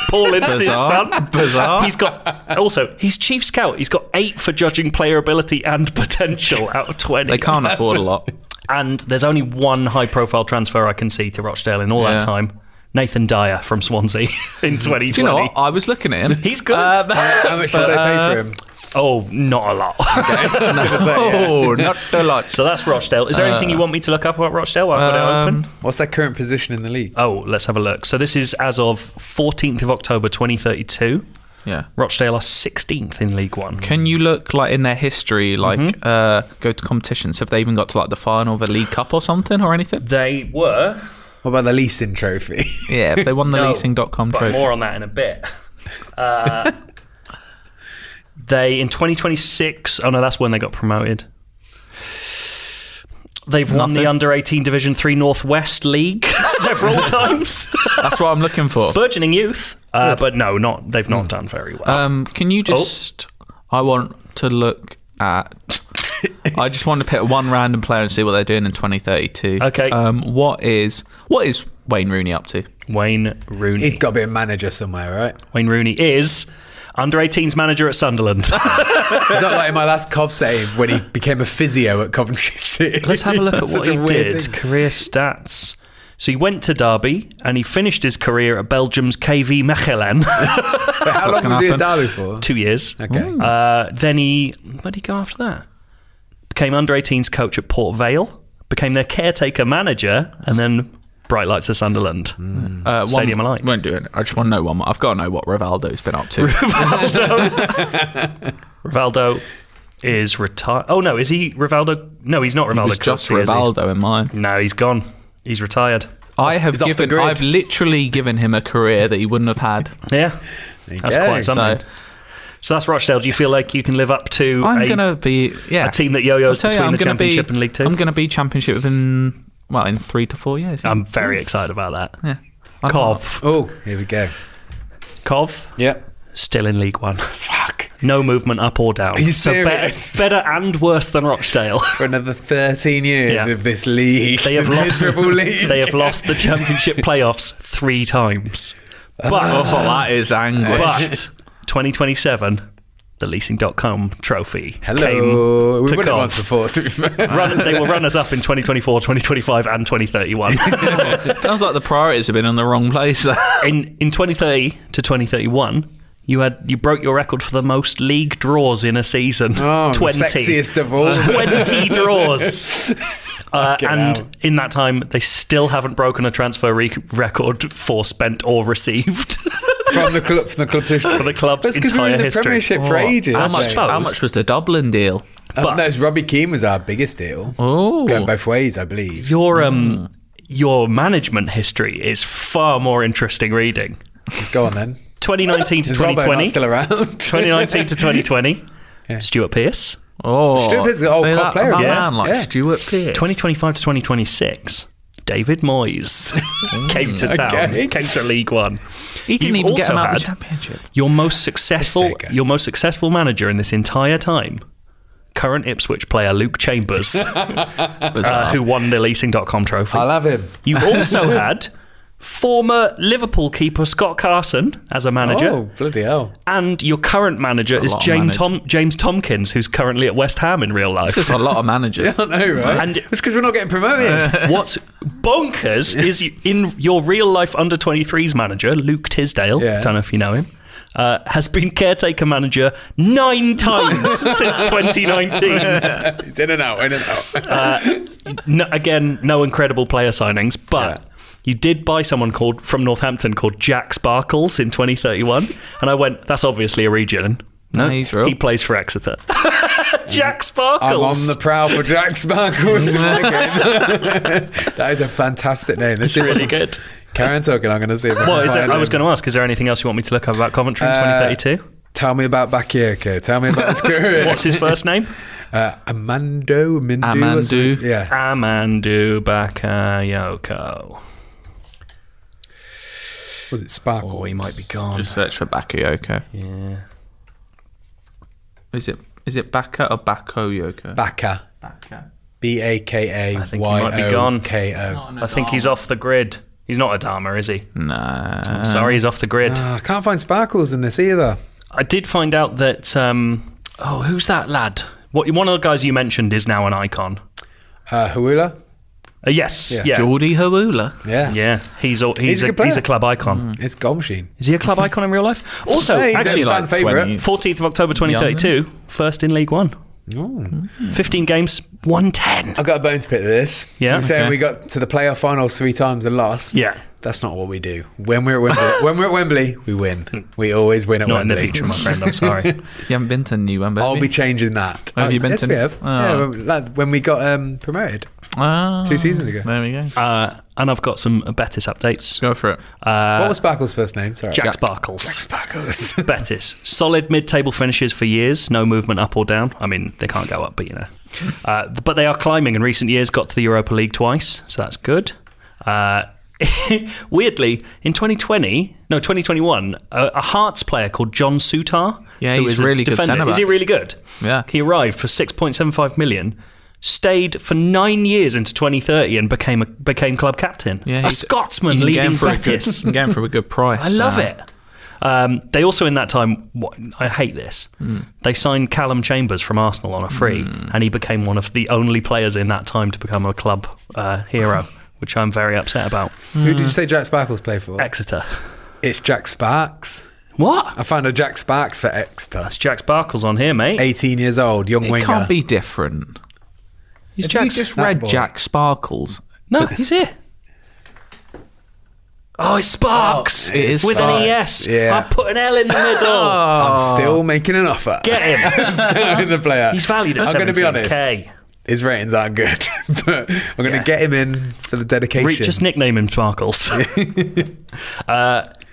[SPEAKER 2] Paul Ince's
[SPEAKER 5] Bizarre.
[SPEAKER 2] son.
[SPEAKER 5] Bizarre.
[SPEAKER 2] He's got also he's chief scout. He's got eight for judging player ability and potential out of twenty.
[SPEAKER 5] they can't afford a lot.
[SPEAKER 2] And there's only one high profile transfer I can see to Rochdale in all
[SPEAKER 5] Yeah.
[SPEAKER 2] that time. Nathan Dyer from Swansea in 2020.
[SPEAKER 5] Do you know what? Uh, I was looking at him. Um,
[SPEAKER 2] He's good.
[SPEAKER 4] How much did they pay for him?
[SPEAKER 2] oh, not a lot.
[SPEAKER 5] oh, not a lot.
[SPEAKER 2] so that's Rochdale.
[SPEAKER 5] Uh,
[SPEAKER 2] Is there anything you want me to look up about Rochdale? while I've got it
[SPEAKER 5] um,
[SPEAKER 2] open.
[SPEAKER 4] What's their current position in the league?
[SPEAKER 2] Oh, let's have a look. So this is as of 14th of October 2032.
[SPEAKER 5] Yeah.
[SPEAKER 2] Rochdale are 16th in League One.
[SPEAKER 5] Can you look like in their history, like
[SPEAKER 2] Mm-hmm.
[SPEAKER 5] uh, go to competitions? Have they even got to like the final of a League Cup or something or anything?
[SPEAKER 2] They were.
[SPEAKER 4] What about the leasing trophy?
[SPEAKER 5] Yeah, if they won the
[SPEAKER 2] No,
[SPEAKER 5] leasing.com
[SPEAKER 2] But
[SPEAKER 5] trophy.
[SPEAKER 2] more on that in a bit. Uh, they in 2026. Oh no, that's when they got promoted. They've won the
[SPEAKER 5] Nothing.
[SPEAKER 2] under 18 Division 3 Northwest League several times.
[SPEAKER 5] That's what I'm looking for.
[SPEAKER 2] Burgeoning youth. Uh, but no, not they've not done very well.
[SPEAKER 5] Hmm. um, can you
[SPEAKER 2] Oh.
[SPEAKER 5] just? I want to look at. I just want to pick one random player and see what they're doing in 2032.
[SPEAKER 2] Okay.
[SPEAKER 5] Um, what is what is Wayne Rooney up to?
[SPEAKER 2] Wayne Rooney.
[SPEAKER 4] He's got to be a manager somewhere, right?
[SPEAKER 2] Wayne Rooney is under 18s manager at Sunderland.
[SPEAKER 4] It's not like in my last Cov save when he became a physio at Coventry City.
[SPEAKER 5] Let's have a look at
[SPEAKER 4] That's
[SPEAKER 5] what
[SPEAKER 4] such a
[SPEAKER 5] he
[SPEAKER 4] weird
[SPEAKER 2] did.
[SPEAKER 4] thing.
[SPEAKER 2] Career stats. So he went to Derby and he finished his career at Belgium's KV Mechelen.
[SPEAKER 4] But how long
[SPEAKER 5] gonna
[SPEAKER 4] was he at
[SPEAKER 5] happen.
[SPEAKER 4] Derby for?
[SPEAKER 2] Two years.
[SPEAKER 4] Okay.
[SPEAKER 2] Uh, then he, where did he go after that? Became under 18s coach at Port Vale, became their caretaker manager, and then Bright Lights of Sunderland.
[SPEAKER 4] Mm.
[SPEAKER 5] Uh, one,
[SPEAKER 2] Stadium Alight.
[SPEAKER 5] Won't do it. I just want to know one. more. I've got to know what Rivaldo's been up to.
[SPEAKER 2] Rivaldo. Rivaldo is retired. Oh no, is he Rivaldo? No, he's not Rivaldo.
[SPEAKER 5] It was just
[SPEAKER 2] Corsi, is he?
[SPEAKER 5] Rivaldo in mine.
[SPEAKER 2] No, he's gone. He's retired.
[SPEAKER 5] I have
[SPEAKER 4] he's off the
[SPEAKER 5] given.
[SPEAKER 4] grid.
[SPEAKER 5] I've literally given him a career that he wouldn't have had.
[SPEAKER 2] Yeah, that's
[SPEAKER 4] go.
[SPEAKER 2] quite something.
[SPEAKER 5] So-
[SPEAKER 2] So, that's Rochdale. Do you feel like you can live up to?
[SPEAKER 5] I'm
[SPEAKER 2] a-
[SPEAKER 5] gonna be yeah
[SPEAKER 2] a team that yo-yos
[SPEAKER 5] I'll tell
[SPEAKER 2] between
[SPEAKER 5] I'm
[SPEAKER 2] the
[SPEAKER 5] gonna
[SPEAKER 2] Championship
[SPEAKER 5] be,
[SPEAKER 2] and League Two.
[SPEAKER 5] I'm gonna be championship within well in three to four years.
[SPEAKER 2] I'm very excited about that.
[SPEAKER 5] yeah. I'm-
[SPEAKER 2] Kov,
[SPEAKER 4] Oh, here we go.
[SPEAKER 2] Kov,
[SPEAKER 4] Yep.
[SPEAKER 2] still in League One. Fuck. No movement up or down.
[SPEAKER 4] you
[SPEAKER 2] so better,
[SPEAKER 4] serious?
[SPEAKER 2] better and worse than Rochdale.
[SPEAKER 4] For another 13 years
[SPEAKER 2] Yeah.
[SPEAKER 4] of this league.
[SPEAKER 2] They have lost.
[SPEAKER 4] Miserable league.
[SPEAKER 2] They have lost the Championship playoffs three times.
[SPEAKER 4] Ah,
[SPEAKER 2] But
[SPEAKER 5] Oh, that is anguish.
[SPEAKER 2] But 2027, the leasing.com trophy.
[SPEAKER 4] Hello.
[SPEAKER 2] Came
[SPEAKER 4] We
[SPEAKER 2] to
[SPEAKER 4] won it
[SPEAKER 2] Cov.
[SPEAKER 4] once before, to be fair.
[SPEAKER 2] Run- they will run us up in 2024, 2025, and 2031.
[SPEAKER 5] Sounds like the priorities have been in the wrong place. there.
[SPEAKER 2] in in 2030 to 2031, you had you broke your record for the most league draws in a season.
[SPEAKER 4] Oh,
[SPEAKER 2] 20.
[SPEAKER 4] sexiest of all.
[SPEAKER 2] 20 draws. Uh, and
[SPEAKER 4] hell.
[SPEAKER 2] in that time, they still haven't broken a transfer re- record for spent or received
[SPEAKER 4] from the club, from the club to
[SPEAKER 2] for the club's
[SPEAKER 4] That's because we
[SPEAKER 2] entire
[SPEAKER 4] were in the
[SPEAKER 2] history.
[SPEAKER 4] Premiership for
[SPEAKER 5] Oh,
[SPEAKER 4] ages.
[SPEAKER 5] How
[SPEAKER 2] I
[SPEAKER 5] much?
[SPEAKER 2] suppose.
[SPEAKER 5] How much was the Dublin deal?
[SPEAKER 4] Uh, no, it's Robbie Keane was our biggest deal.
[SPEAKER 5] Oh,
[SPEAKER 4] Going both ways, I believe.
[SPEAKER 2] Your
[SPEAKER 4] Hmm.
[SPEAKER 2] um your management history is far more interesting reading.
[SPEAKER 4] Go on then.
[SPEAKER 2] 2019 to
[SPEAKER 4] Is Robbo not
[SPEAKER 2] 2020.
[SPEAKER 4] still around?
[SPEAKER 2] 2019 to 2020. Stuart Pearce.
[SPEAKER 5] oh,
[SPEAKER 4] Stuart Pearce is an old
[SPEAKER 5] say
[SPEAKER 4] club
[SPEAKER 5] that
[SPEAKER 4] player
[SPEAKER 5] about
[SPEAKER 4] as
[SPEAKER 5] a
[SPEAKER 4] well.
[SPEAKER 5] man like
[SPEAKER 4] Yeah.
[SPEAKER 5] Stuart Pearce.
[SPEAKER 2] 2025 to 2026. David Moyes came
[SPEAKER 5] Mm,
[SPEAKER 2] to town,
[SPEAKER 4] okay.
[SPEAKER 2] came to League One.
[SPEAKER 5] He didn't
[SPEAKER 2] You've
[SPEAKER 5] even get
[SPEAKER 2] also
[SPEAKER 5] him out of the
[SPEAKER 2] had
[SPEAKER 5] championship.
[SPEAKER 2] Your most successful,
[SPEAKER 5] eh?
[SPEAKER 4] Mistake.
[SPEAKER 2] your most successful manager in this entire time, current Ipswich player Luke Chambers, uh, who won the Leasing.com trophy.
[SPEAKER 4] I'll have him.
[SPEAKER 2] You've also had former Liverpool keeper Scott Carson as a manager,
[SPEAKER 4] Oh, bloody hell.
[SPEAKER 2] and your current manager
[SPEAKER 5] That's
[SPEAKER 2] is
[SPEAKER 5] a lot of
[SPEAKER 2] James,
[SPEAKER 5] manager.
[SPEAKER 2] Tom- James Tompkins, who's currently at West Ham in real life.
[SPEAKER 5] There's a lot of managers.
[SPEAKER 4] I know, right?
[SPEAKER 2] And-
[SPEAKER 4] it's because we're not getting promoted.
[SPEAKER 2] What's bonkers is you- in your real life under 23s manager, Luke Tisdale,
[SPEAKER 4] Yeah.
[SPEAKER 2] don't know if you know him, uh, has been caretaker manager nine times since 2019.
[SPEAKER 4] it's in and out, in and out.
[SPEAKER 2] No, again, no incredible player signings, but.
[SPEAKER 4] Yeah.
[SPEAKER 2] You did buy someone called from Northampton called Jack Sparkles in 2031, and I went, "That's obviously a region." No,
[SPEAKER 5] No, he's real.
[SPEAKER 2] He plays for Exeter. Jack
[SPEAKER 4] I'm
[SPEAKER 2] Sparkles.
[SPEAKER 4] on the prowl for Jack Sparkles. that is a fantastic name. That's
[SPEAKER 2] really good.
[SPEAKER 4] Karen talking. I'm going to see. If
[SPEAKER 2] Well, is there, I was going to ask, is there anything else you want me to look up about Coventry in
[SPEAKER 4] Uh,
[SPEAKER 2] 2032?
[SPEAKER 4] Tell me about Bakayoko. Tell me about his career.
[SPEAKER 2] What's his first name?
[SPEAKER 4] Uh, Amando Mindu. or
[SPEAKER 5] Amandu.
[SPEAKER 4] something? Yeah.
[SPEAKER 2] Amandu Bakayoko.
[SPEAKER 4] Was it Sparkles?
[SPEAKER 2] Oh, he might be gone.
[SPEAKER 5] Just search for Bakayoko. Yeah. Is it is it Baka or Bakoyoko?
[SPEAKER 4] Baka.
[SPEAKER 5] Baka.
[SPEAKER 4] B A K
[SPEAKER 2] I
[SPEAKER 4] A
[SPEAKER 2] think he might
[SPEAKER 4] Y
[SPEAKER 2] be
[SPEAKER 4] O
[SPEAKER 2] gone.
[SPEAKER 4] K O.
[SPEAKER 2] I think he's off the grid. He's not a Dharma, is he?
[SPEAKER 5] Nah.
[SPEAKER 2] Sorry, he's off the grid.
[SPEAKER 4] Ah, I can't find Sparkles in this either.
[SPEAKER 2] I did find out that. Um, oh, who's that lad? What one of the guys you mentioned is now an icon.
[SPEAKER 4] Uh, Hawula?
[SPEAKER 2] Uh, yes, yeah,
[SPEAKER 4] Yeah.
[SPEAKER 2] yeah.
[SPEAKER 5] Jordi Hawula.
[SPEAKER 4] Yeah.
[SPEAKER 2] He's all, he's,
[SPEAKER 4] He's a
[SPEAKER 2] a,
[SPEAKER 4] good player.
[SPEAKER 2] he's a club icon.
[SPEAKER 4] It's Goal Machine.
[SPEAKER 2] Is he a club icon in real life? Also,
[SPEAKER 4] Yeah, he's
[SPEAKER 2] actually,
[SPEAKER 4] a fan
[SPEAKER 5] like
[SPEAKER 4] favourite.
[SPEAKER 5] 20.
[SPEAKER 2] 14th of October 2032, first in League One.
[SPEAKER 4] Oh.
[SPEAKER 2] 15 games, 110.
[SPEAKER 4] I've got a bone to pick with this.
[SPEAKER 2] Yeah,
[SPEAKER 4] We're saying
[SPEAKER 2] okay.
[SPEAKER 4] we got to the playoff finals three times and lost.
[SPEAKER 2] Yeah.
[SPEAKER 4] That's not what we do. When we're at Wembley, when we're at Wembley, we win. We always win at
[SPEAKER 2] Hmm. Not in
[SPEAKER 4] Wembley.
[SPEAKER 2] the future, my friend. I'm sorry.
[SPEAKER 5] You haven't been to New Wembley.
[SPEAKER 4] I'll be changing that.
[SPEAKER 5] Have you been
[SPEAKER 4] yes,
[SPEAKER 5] to-
[SPEAKER 4] we have.
[SPEAKER 5] Oh.
[SPEAKER 4] Yeah, when, like, when we got um, promoted
[SPEAKER 5] Ah,
[SPEAKER 4] two seasons ago.
[SPEAKER 5] There we go.
[SPEAKER 2] Uh, and I've got some Betis updates.
[SPEAKER 5] Go for it.
[SPEAKER 4] what was Sparkles' first name? Sorry.
[SPEAKER 2] Uh, Jack Sparkles.
[SPEAKER 4] Sparkles.
[SPEAKER 2] Betis. Solid mid table finishes for years, no movement up or down. I mean, they can't go up, but you know. Uh, but they are climbing in recent years, got to the Europa League twice, so that's good. Uh, weirdly, in 2020, no, 2021, a, a Hearts player called John Sutar.
[SPEAKER 5] Yeah,
[SPEAKER 2] who
[SPEAKER 5] he's
[SPEAKER 2] is a
[SPEAKER 5] really good
[SPEAKER 2] defender.
[SPEAKER 5] centre-back.
[SPEAKER 2] Is he really good?
[SPEAKER 5] Yeah.
[SPEAKER 2] He arrived for 6.75 million. Stayed for nine years into 2030 and became a, became club captain.
[SPEAKER 5] Yeah,
[SPEAKER 2] a
[SPEAKER 5] he's-
[SPEAKER 2] Scotsman
[SPEAKER 5] you can get him
[SPEAKER 2] leading
[SPEAKER 5] for a good-
[SPEAKER 2] Betis.
[SPEAKER 5] you can get him for a good price.
[SPEAKER 2] I love
[SPEAKER 5] uh,
[SPEAKER 2] it. Um, they also in that time, what, I hate this. They signed Callum Chambers from Arsenal on a free, and he became one of the only players in that time to become a club uh, hero, which I'm very upset about.
[SPEAKER 4] Who did you say Jack Sparkles played for?
[SPEAKER 2] Exeter.
[SPEAKER 4] It's Jack Sparks.
[SPEAKER 2] What?
[SPEAKER 4] I found a Jack Sparks for Exeter.
[SPEAKER 2] That's Jack Sparkles on here, mate.
[SPEAKER 4] 18 years old, young
[SPEAKER 5] It
[SPEAKER 4] winger.
[SPEAKER 5] can't be different. Have you
[SPEAKER 2] Jack's-
[SPEAKER 5] just
[SPEAKER 4] that
[SPEAKER 5] read
[SPEAKER 4] boy.
[SPEAKER 5] Jack Sparkles?
[SPEAKER 2] No, he's here. Oh, it's Sparks.
[SPEAKER 5] It is
[SPEAKER 2] with
[SPEAKER 5] Sparks,
[SPEAKER 2] an ES.
[SPEAKER 4] yeah.
[SPEAKER 2] I put an L in the middle.
[SPEAKER 4] I'm still making an offer.
[SPEAKER 2] Oh. Get him.
[SPEAKER 4] It's going in the player.
[SPEAKER 2] He's valued at
[SPEAKER 4] I'm going to be honest.
[SPEAKER 2] 17K.
[SPEAKER 4] His ratings aren't good, but I'm going to
[SPEAKER 2] Yeah.
[SPEAKER 4] get him in for the dedication.
[SPEAKER 2] Re- just nickname him Sparkles. uh,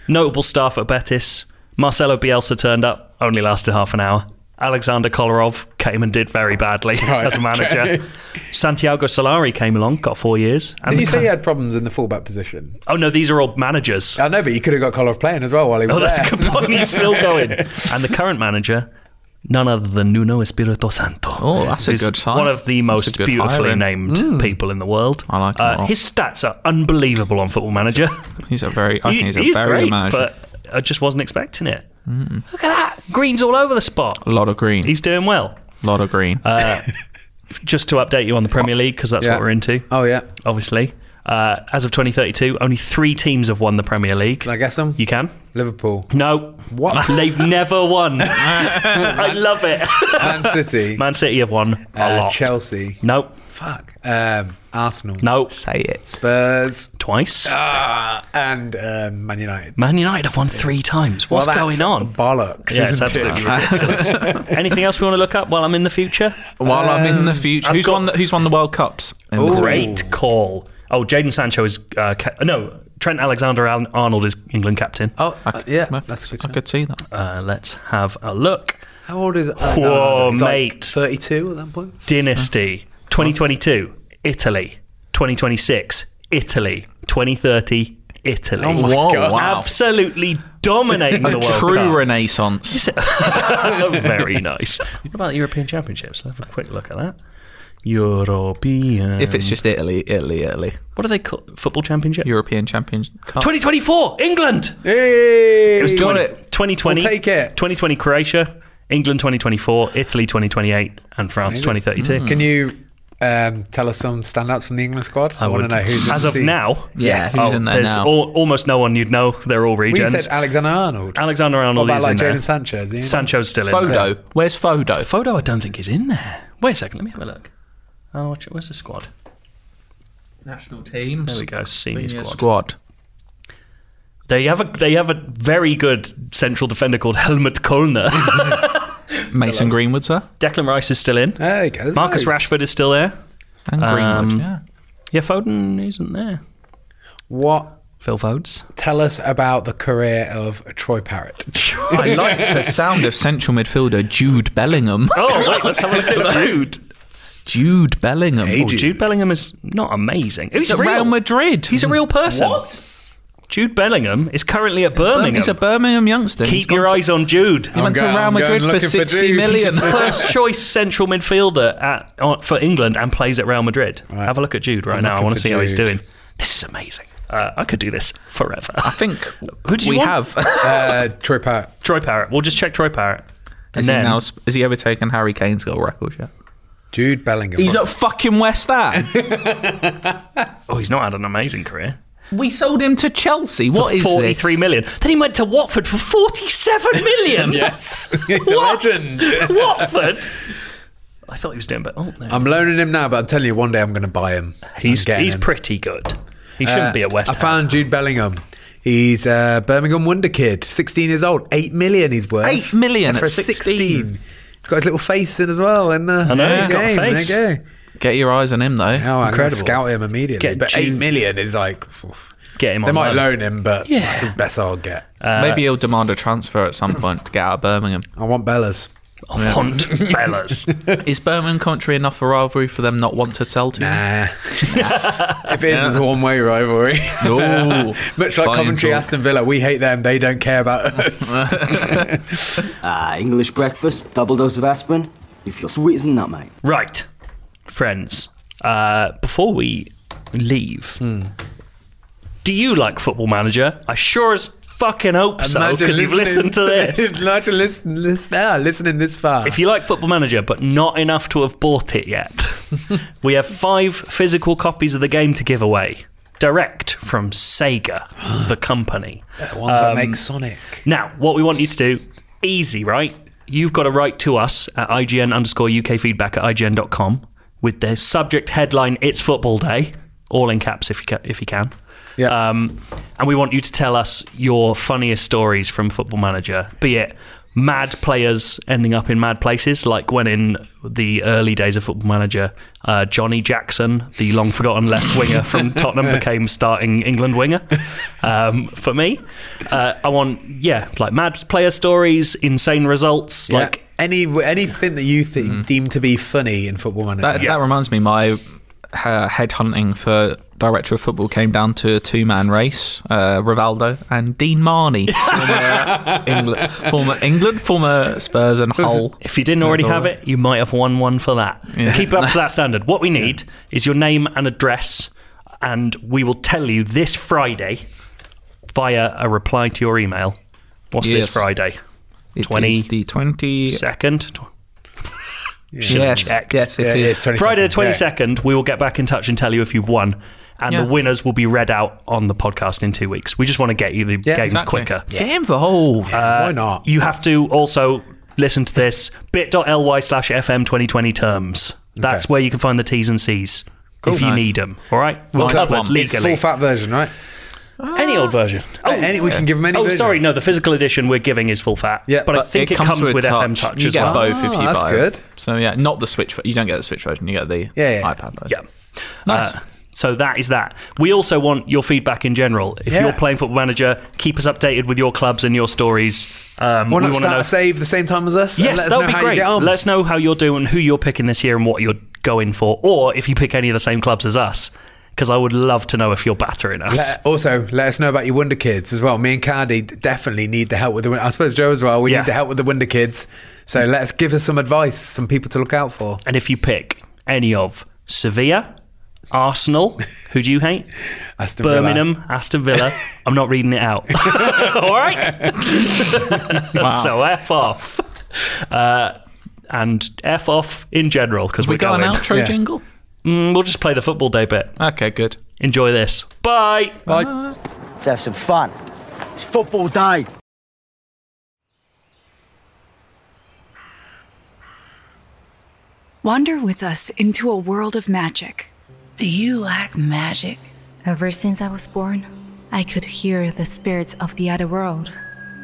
[SPEAKER 2] notable staff at Betis. Marcelo Bielsa turned up, only lasted half an hour. Alexander Kolarov came and did very badly
[SPEAKER 4] Right,
[SPEAKER 2] as a manager.
[SPEAKER 4] okay.
[SPEAKER 2] Santiago Solari came along, got four years. And
[SPEAKER 4] Did
[SPEAKER 2] the
[SPEAKER 4] you say uh,
[SPEAKER 2] co-
[SPEAKER 4] he had problems in the fullback position?
[SPEAKER 2] oh no, these are all managers.
[SPEAKER 4] I know, but you could have got Kolarov playing as well while he was
[SPEAKER 2] oh, that's
[SPEAKER 4] there.
[SPEAKER 2] a good point. He's still going. And the current manager, none other than Nuno Espirito Santo.
[SPEAKER 5] Oh, that's a
[SPEAKER 2] who's
[SPEAKER 5] good sign.
[SPEAKER 2] One of the
[SPEAKER 5] That's
[SPEAKER 2] most
[SPEAKER 5] a good
[SPEAKER 2] beautifully
[SPEAKER 5] hiring. Mm.
[SPEAKER 2] named people in the world.
[SPEAKER 5] I like him a
[SPEAKER 2] uh,
[SPEAKER 5] lot.
[SPEAKER 2] His stats are unbelievable on Football Manager.
[SPEAKER 5] He's a very, I
[SPEAKER 2] He-
[SPEAKER 5] think he's, a very
[SPEAKER 2] great,
[SPEAKER 5] good manager.
[SPEAKER 2] but I just wasn't expecting it.
[SPEAKER 4] Mm.
[SPEAKER 2] Look at that. Green's all over the spot.
[SPEAKER 5] a lot of green.
[SPEAKER 2] He's doing well.
[SPEAKER 5] a lot of green.
[SPEAKER 2] Just to update you on the Premier League, because that's
[SPEAKER 4] Yeah.
[SPEAKER 2] what we're into,
[SPEAKER 4] Oh yeah,
[SPEAKER 2] obviously. Uh, as of 2032, only three teams have won the Premier League.
[SPEAKER 4] can I guess them?
[SPEAKER 2] you can?
[SPEAKER 4] Liverpool,
[SPEAKER 2] No.
[SPEAKER 4] What?
[SPEAKER 2] They've never won. I love it.
[SPEAKER 4] Man City,
[SPEAKER 2] Man City have won a
[SPEAKER 4] uh,
[SPEAKER 2] lot.
[SPEAKER 4] Chelsea,
[SPEAKER 2] No,
[SPEAKER 4] fuck, um, Arsenal,
[SPEAKER 2] no,
[SPEAKER 5] Say it.
[SPEAKER 4] Spurs,
[SPEAKER 2] twice.
[SPEAKER 4] ah, and um, Man United.
[SPEAKER 2] Man United have won three times. What's
[SPEAKER 4] Well, that's
[SPEAKER 2] going on?
[SPEAKER 4] Bollocks!
[SPEAKER 2] Yeah, it's
[SPEAKER 4] isn't it?
[SPEAKER 2] absolutely ridiculous. Anything else we want to look up while I'm in the future?
[SPEAKER 5] While I'm in the future,
[SPEAKER 2] I've
[SPEAKER 5] who's
[SPEAKER 2] got-
[SPEAKER 5] won? The, who's won the World Cups? in
[SPEAKER 4] Ooh.
[SPEAKER 5] between?
[SPEAKER 2] Great call. Oh, Jaden Sancho is uh, ca- no Trent Alexander Arnold is England captain.
[SPEAKER 4] Oh,
[SPEAKER 5] I,
[SPEAKER 4] uh, yeah,
[SPEAKER 5] I,
[SPEAKER 4] that's a good.
[SPEAKER 5] I
[SPEAKER 4] shout.
[SPEAKER 5] could see that.
[SPEAKER 2] Uh, let's have a look.
[SPEAKER 4] How old is? oh,
[SPEAKER 2] Whoa,
[SPEAKER 4] He's
[SPEAKER 2] mate.
[SPEAKER 4] Like Thirty-two at that point.
[SPEAKER 2] Dynasty 2022 Italy 2026 Italy 2030 Italy.
[SPEAKER 4] Oh my
[SPEAKER 5] Whoa,
[SPEAKER 4] God.
[SPEAKER 5] wow.
[SPEAKER 2] Absolutely dominating the
[SPEAKER 5] a
[SPEAKER 2] World
[SPEAKER 5] true
[SPEAKER 2] Cup.
[SPEAKER 5] renaissance.
[SPEAKER 2] Very nice. What about the European Championships? Let's have a quick look at that. European.
[SPEAKER 5] If it's just Italy, Italy, Italy.
[SPEAKER 2] what do they call football championship?
[SPEAKER 5] European Champions Cup.
[SPEAKER 2] 2024 England.
[SPEAKER 4] Hey,
[SPEAKER 2] It was
[SPEAKER 5] got
[SPEAKER 2] 20,
[SPEAKER 5] it.
[SPEAKER 2] 2020.
[SPEAKER 4] We'll take it.
[SPEAKER 2] 2020 Croatia, England 2024, Italy 2028, and France 2032.
[SPEAKER 4] Mm. Can you um, tell us some standouts from the England squad? I, want
[SPEAKER 2] would-
[SPEAKER 4] to know who's in
[SPEAKER 2] as
[SPEAKER 4] the
[SPEAKER 2] of
[SPEAKER 4] team.
[SPEAKER 2] now.
[SPEAKER 5] Yes.
[SPEAKER 2] Oh,
[SPEAKER 5] Who's in there
[SPEAKER 2] there's
[SPEAKER 5] now?
[SPEAKER 2] al- almost no one you'd know. They're all
[SPEAKER 4] We
[SPEAKER 2] regens.
[SPEAKER 4] said Alexander Arnold.
[SPEAKER 2] Alexander
[SPEAKER 4] What
[SPEAKER 2] Arnold
[SPEAKER 4] about
[SPEAKER 2] is
[SPEAKER 4] like
[SPEAKER 2] in there.
[SPEAKER 4] Jadon Sanchez? Is he in
[SPEAKER 2] Sancho's still in there.
[SPEAKER 5] Fodo. Where's Fodo?
[SPEAKER 2] Fodo, I don't think is in there. Wait a second. Let me have a look. Oh, watch it. where's the squad?
[SPEAKER 5] National teams.
[SPEAKER 2] There we go. Senior, squad.
[SPEAKER 5] squad.
[SPEAKER 2] They have a they have a very good central defender called Helmut Kölner.
[SPEAKER 5] Mason Greenwood, sir.
[SPEAKER 2] Declan Rice is still in.
[SPEAKER 4] there? There you go, there's
[SPEAKER 2] Marcus
[SPEAKER 4] loads.
[SPEAKER 2] Rashford is still there.
[SPEAKER 5] And Greenwood.
[SPEAKER 2] Um,
[SPEAKER 5] yeah.
[SPEAKER 2] Yeah, Foden isn't there.
[SPEAKER 4] What?
[SPEAKER 2] Phil Fodes.
[SPEAKER 4] Tell us about the career of Troy Parrott.
[SPEAKER 5] I like the sound of central midfielder Jude Bellingham.
[SPEAKER 2] Oh wait, let's have a look at Jude.
[SPEAKER 5] Jude Bellingham.
[SPEAKER 2] Oh, Jude Bellingham is not amazing. He's
[SPEAKER 5] At
[SPEAKER 2] a real
[SPEAKER 5] Real Madrid.
[SPEAKER 2] He's a real person. What? Jude Bellingham is currently at Birmingham.
[SPEAKER 5] He's a Birmingham youngster. He's
[SPEAKER 2] Keep your
[SPEAKER 5] gone to-
[SPEAKER 2] eyes on Jude.
[SPEAKER 5] He went to
[SPEAKER 4] going-
[SPEAKER 5] Real
[SPEAKER 4] I'm going
[SPEAKER 5] Madrid for
[SPEAKER 4] looking for
[SPEAKER 5] sixty
[SPEAKER 4] Jude.
[SPEAKER 5] million.
[SPEAKER 2] First choice central midfielder at, uh, for England and plays at Real Madrid. Have a look at Jude right now. I
[SPEAKER 4] looking
[SPEAKER 2] want
[SPEAKER 4] for
[SPEAKER 2] to see how he's
[SPEAKER 4] Jude.
[SPEAKER 2] doing. This is amazing. Uh, I could do this forever.
[SPEAKER 5] I think
[SPEAKER 2] Who did you
[SPEAKER 5] we
[SPEAKER 2] want?
[SPEAKER 5] have.
[SPEAKER 2] Oh.
[SPEAKER 4] uh, Troy Parrott.
[SPEAKER 2] Troy Parrott. We'll just check Troy Parrott. And
[SPEAKER 5] Is he,
[SPEAKER 2] then
[SPEAKER 5] now, is he overtaken Harry Kane's goal record yet?
[SPEAKER 4] Jude Bellingham.
[SPEAKER 5] He's at fucking West Ham.
[SPEAKER 2] oh, he's not had an amazing career.
[SPEAKER 5] we sold him to Chelsea. What
[SPEAKER 2] for
[SPEAKER 5] is
[SPEAKER 2] forty-three
[SPEAKER 5] this?
[SPEAKER 2] million. Then he went to Watford for forty-seven million. yes,
[SPEAKER 4] He's a legend.
[SPEAKER 2] Watford. I thought he was doing, but oh no,
[SPEAKER 4] I'm loaning him now, but I'm telling you, one day I'm going to buy him.
[SPEAKER 2] he's
[SPEAKER 4] I'm getting
[SPEAKER 2] he's
[SPEAKER 4] him.
[SPEAKER 2] pretty good. He shouldn't be at West
[SPEAKER 4] Uh, I
[SPEAKER 2] Ham.
[SPEAKER 4] found Jude Bellingham. He's a Birmingham wonder kid, 16 years old, 8 million he's worth.
[SPEAKER 5] Eight million
[SPEAKER 4] And for
[SPEAKER 5] at
[SPEAKER 4] a 16. He's got his little face in as well. In the
[SPEAKER 2] I know,
[SPEAKER 4] in
[SPEAKER 2] he's
[SPEAKER 4] the
[SPEAKER 2] got a
[SPEAKER 4] game.
[SPEAKER 2] face.
[SPEAKER 4] There you go.
[SPEAKER 5] Get your eyes on him though.
[SPEAKER 4] Oh, I'm going to
[SPEAKER 2] Incredible.
[SPEAKER 4] scout him immediately.
[SPEAKER 2] Get
[SPEAKER 4] but
[SPEAKER 2] Jude-
[SPEAKER 4] 8 million is like. oof.
[SPEAKER 2] Get him
[SPEAKER 4] They
[SPEAKER 2] on
[SPEAKER 4] might
[SPEAKER 2] loan. Uh,
[SPEAKER 4] loan him, but that's the best I'll get.
[SPEAKER 5] Maybe he'll demand a transfer at some point to get out of Birmingham.
[SPEAKER 4] I want Bellas.
[SPEAKER 2] I want Bellas.
[SPEAKER 5] Is Birmingham country enough of a rivalry for them not want to sell to? him?
[SPEAKER 4] Nah. if it is, it's a one way rivalry.
[SPEAKER 5] No.
[SPEAKER 4] Much like
[SPEAKER 5] Fine
[SPEAKER 4] Coventry
[SPEAKER 5] talk.
[SPEAKER 4] Aston Villa, we hate them, they don't care about us.
[SPEAKER 6] Ah, English breakfast, double dose of aspirin. You feel sweet as a nut, mate.
[SPEAKER 2] right, friends. Uh, before we leave,
[SPEAKER 4] Hmm.
[SPEAKER 2] do you like Football Manager? I sure as fucking hope so because you've listened to this.
[SPEAKER 4] Imagine listen, listen, ah, listening this far.
[SPEAKER 2] If you like Football Manager, but not enough to have bought it yet, we have five physical copies of the game to give away, direct from Sega, the company.
[SPEAKER 4] the ones that
[SPEAKER 2] Um,
[SPEAKER 4] make Sonic.
[SPEAKER 2] Now, what we want you to do, easy, right? You've got to write to us at IGN underscore UK feedback at IGN.com with the subject headline It's Football Day, all in caps if you, ca- if you can.
[SPEAKER 4] Yeah.
[SPEAKER 2] Um, and we want you to tell us your funniest stories from Football Manager, be it mad players ending up in mad places, like when in the early days of Football Manager, uh, Johnny Jackson, the long forgotten left winger from Tottenham, became starting England winger um, for me. Uh, I want, yeah, like mad player stories, insane results,
[SPEAKER 4] Yeah.
[SPEAKER 2] like.
[SPEAKER 4] any anything that you th- deem to be funny in Football Manager.
[SPEAKER 5] Mm-hmm. That, that reminds me, my uh, head hunting for director of football came down to a two man race: uh, Rivaldo and Dean Marnie, former, England, former England, former Spurs and Hull.
[SPEAKER 2] If you didn't already have it, you might have won one for that. Keep up to that standard. What we need is your name and address, and we will tell you this Friday via a reply to your email. What's
[SPEAKER 5] Yes.
[SPEAKER 2] this Friday?
[SPEAKER 5] It
[SPEAKER 2] 20
[SPEAKER 5] is the twenty.
[SPEAKER 2] Second? Tw-
[SPEAKER 5] Yes,
[SPEAKER 2] checked.
[SPEAKER 5] yes, it
[SPEAKER 4] Yeah,
[SPEAKER 5] is.
[SPEAKER 4] yeah, it's 20
[SPEAKER 2] Friday the
[SPEAKER 4] seconds. Yeah.
[SPEAKER 2] 22nd, we will get back in touch and tell you if you've won. And
[SPEAKER 5] Yeah.
[SPEAKER 2] the winners will be read out on the podcast in two weeks. We just want to get you the games
[SPEAKER 5] Exactly.
[SPEAKER 2] quicker. Uh,
[SPEAKER 5] Get involved.
[SPEAKER 4] Why not?
[SPEAKER 2] You have to also listen to this bit.ly slash FM 2020 terms. That's where you can find the T's and C's if you
[SPEAKER 5] Nice.
[SPEAKER 2] need them. All right?
[SPEAKER 5] Well,
[SPEAKER 2] Nice,
[SPEAKER 5] that's
[SPEAKER 2] but
[SPEAKER 5] one.
[SPEAKER 4] It's
[SPEAKER 2] legally.
[SPEAKER 4] full fat version, right?
[SPEAKER 2] any old version. Oh,
[SPEAKER 4] any, we can give them any.
[SPEAKER 2] oh
[SPEAKER 4] version.
[SPEAKER 2] sorry. No, the physical edition we're giving is full fat.
[SPEAKER 4] Yeah,
[SPEAKER 2] but, I
[SPEAKER 4] but
[SPEAKER 2] think it, comes, with, FM Touch
[SPEAKER 5] you
[SPEAKER 2] as
[SPEAKER 5] get
[SPEAKER 2] well.
[SPEAKER 5] both if
[SPEAKER 4] Oh,
[SPEAKER 5] you
[SPEAKER 4] that's
[SPEAKER 5] buy
[SPEAKER 4] good.
[SPEAKER 5] it. So yeah, not the Switch. You don't get the Switch version. You get the
[SPEAKER 4] Yeah, yeah.
[SPEAKER 5] iPad version.
[SPEAKER 2] Yeah. Uh, Nice. so that is that. We also want your feedback in general. If
[SPEAKER 4] Yeah.
[SPEAKER 2] you're playing Football Manager, keep us updated with your clubs and your stories. Um,
[SPEAKER 4] Why
[SPEAKER 2] we
[SPEAKER 4] not
[SPEAKER 2] want to
[SPEAKER 4] start
[SPEAKER 2] know.
[SPEAKER 4] a save the same time as us? and
[SPEAKER 2] yes,
[SPEAKER 4] let us
[SPEAKER 2] that
[SPEAKER 4] know
[SPEAKER 2] would be
[SPEAKER 4] how you
[SPEAKER 2] great.
[SPEAKER 4] get on.
[SPEAKER 2] Let us know how you're doing, who you're picking this year, and what you're going for, or if you pick any of the same clubs as us. Because I would love to know if you're battering us.
[SPEAKER 4] Uh, also, let us know about your Wonder Kids as well. Me and Cardi d- definitely need the help with the. Win- I suppose Joe as well. We
[SPEAKER 2] Yeah.
[SPEAKER 4] need the help with the Wonder Kids. So let us give us some advice, some people to look out for.
[SPEAKER 2] And if you pick any of Sevilla, Arsenal, who do you hate?
[SPEAKER 4] Aston Villa.
[SPEAKER 2] Birmingham, Aston Villa. I'm not reading it out. All right. So f off. Uh, and f off in general because
[SPEAKER 5] We
[SPEAKER 2] we're
[SPEAKER 5] got
[SPEAKER 2] going.
[SPEAKER 5] an outro
[SPEAKER 4] Yeah.
[SPEAKER 5] jingle.
[SPEAKER 2] Mm, we'll just play the football day bit.
[SPEAKER 5] Okay, good. Uh,
[SPEAKER 2] Enjoy this. Bye.
[SPEAKER 4] Bye.
[SPEAKER 6] Let's have some fun. It's football day.
[SPEAKER 7] Wander with us into a world of magic.
[SPEAKER 8] Do you like magic?
[SPEAKER 9] Ever since I was born, I could hear the spirits of the other world.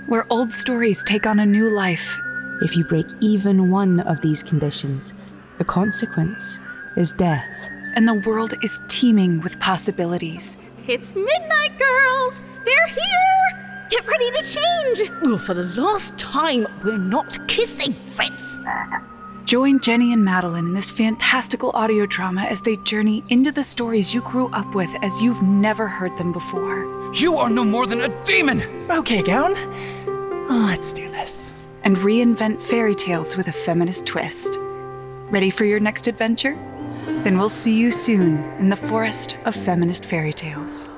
[SPEAKER 7] where old stories take on a new life.
[SPEAKER 10] If you break even one of these conditions, the consequence is death.
[SPEAKER 7] And the world is teeming with possibilities.
[SPEAKER 9] It's midnight, girls! They're here! Get ready to change!
[SPEAKER 8] Well, for the last time, we're not kissing, Fritz.
[SPEAKER 7] Join Jenny and Madeline in this fantastical audio drama as they journey into the stories you grew up with as you've never heard them before.
[SPEAKER 10] You are no more than a demon! Okay, Gown. Oh, Let's do this.
[SPEAKER 7] And reinvent fairy tales with a feminist twist. Ready for your next adventure? Then we'll see you soon in the forest of feminist fairy tales.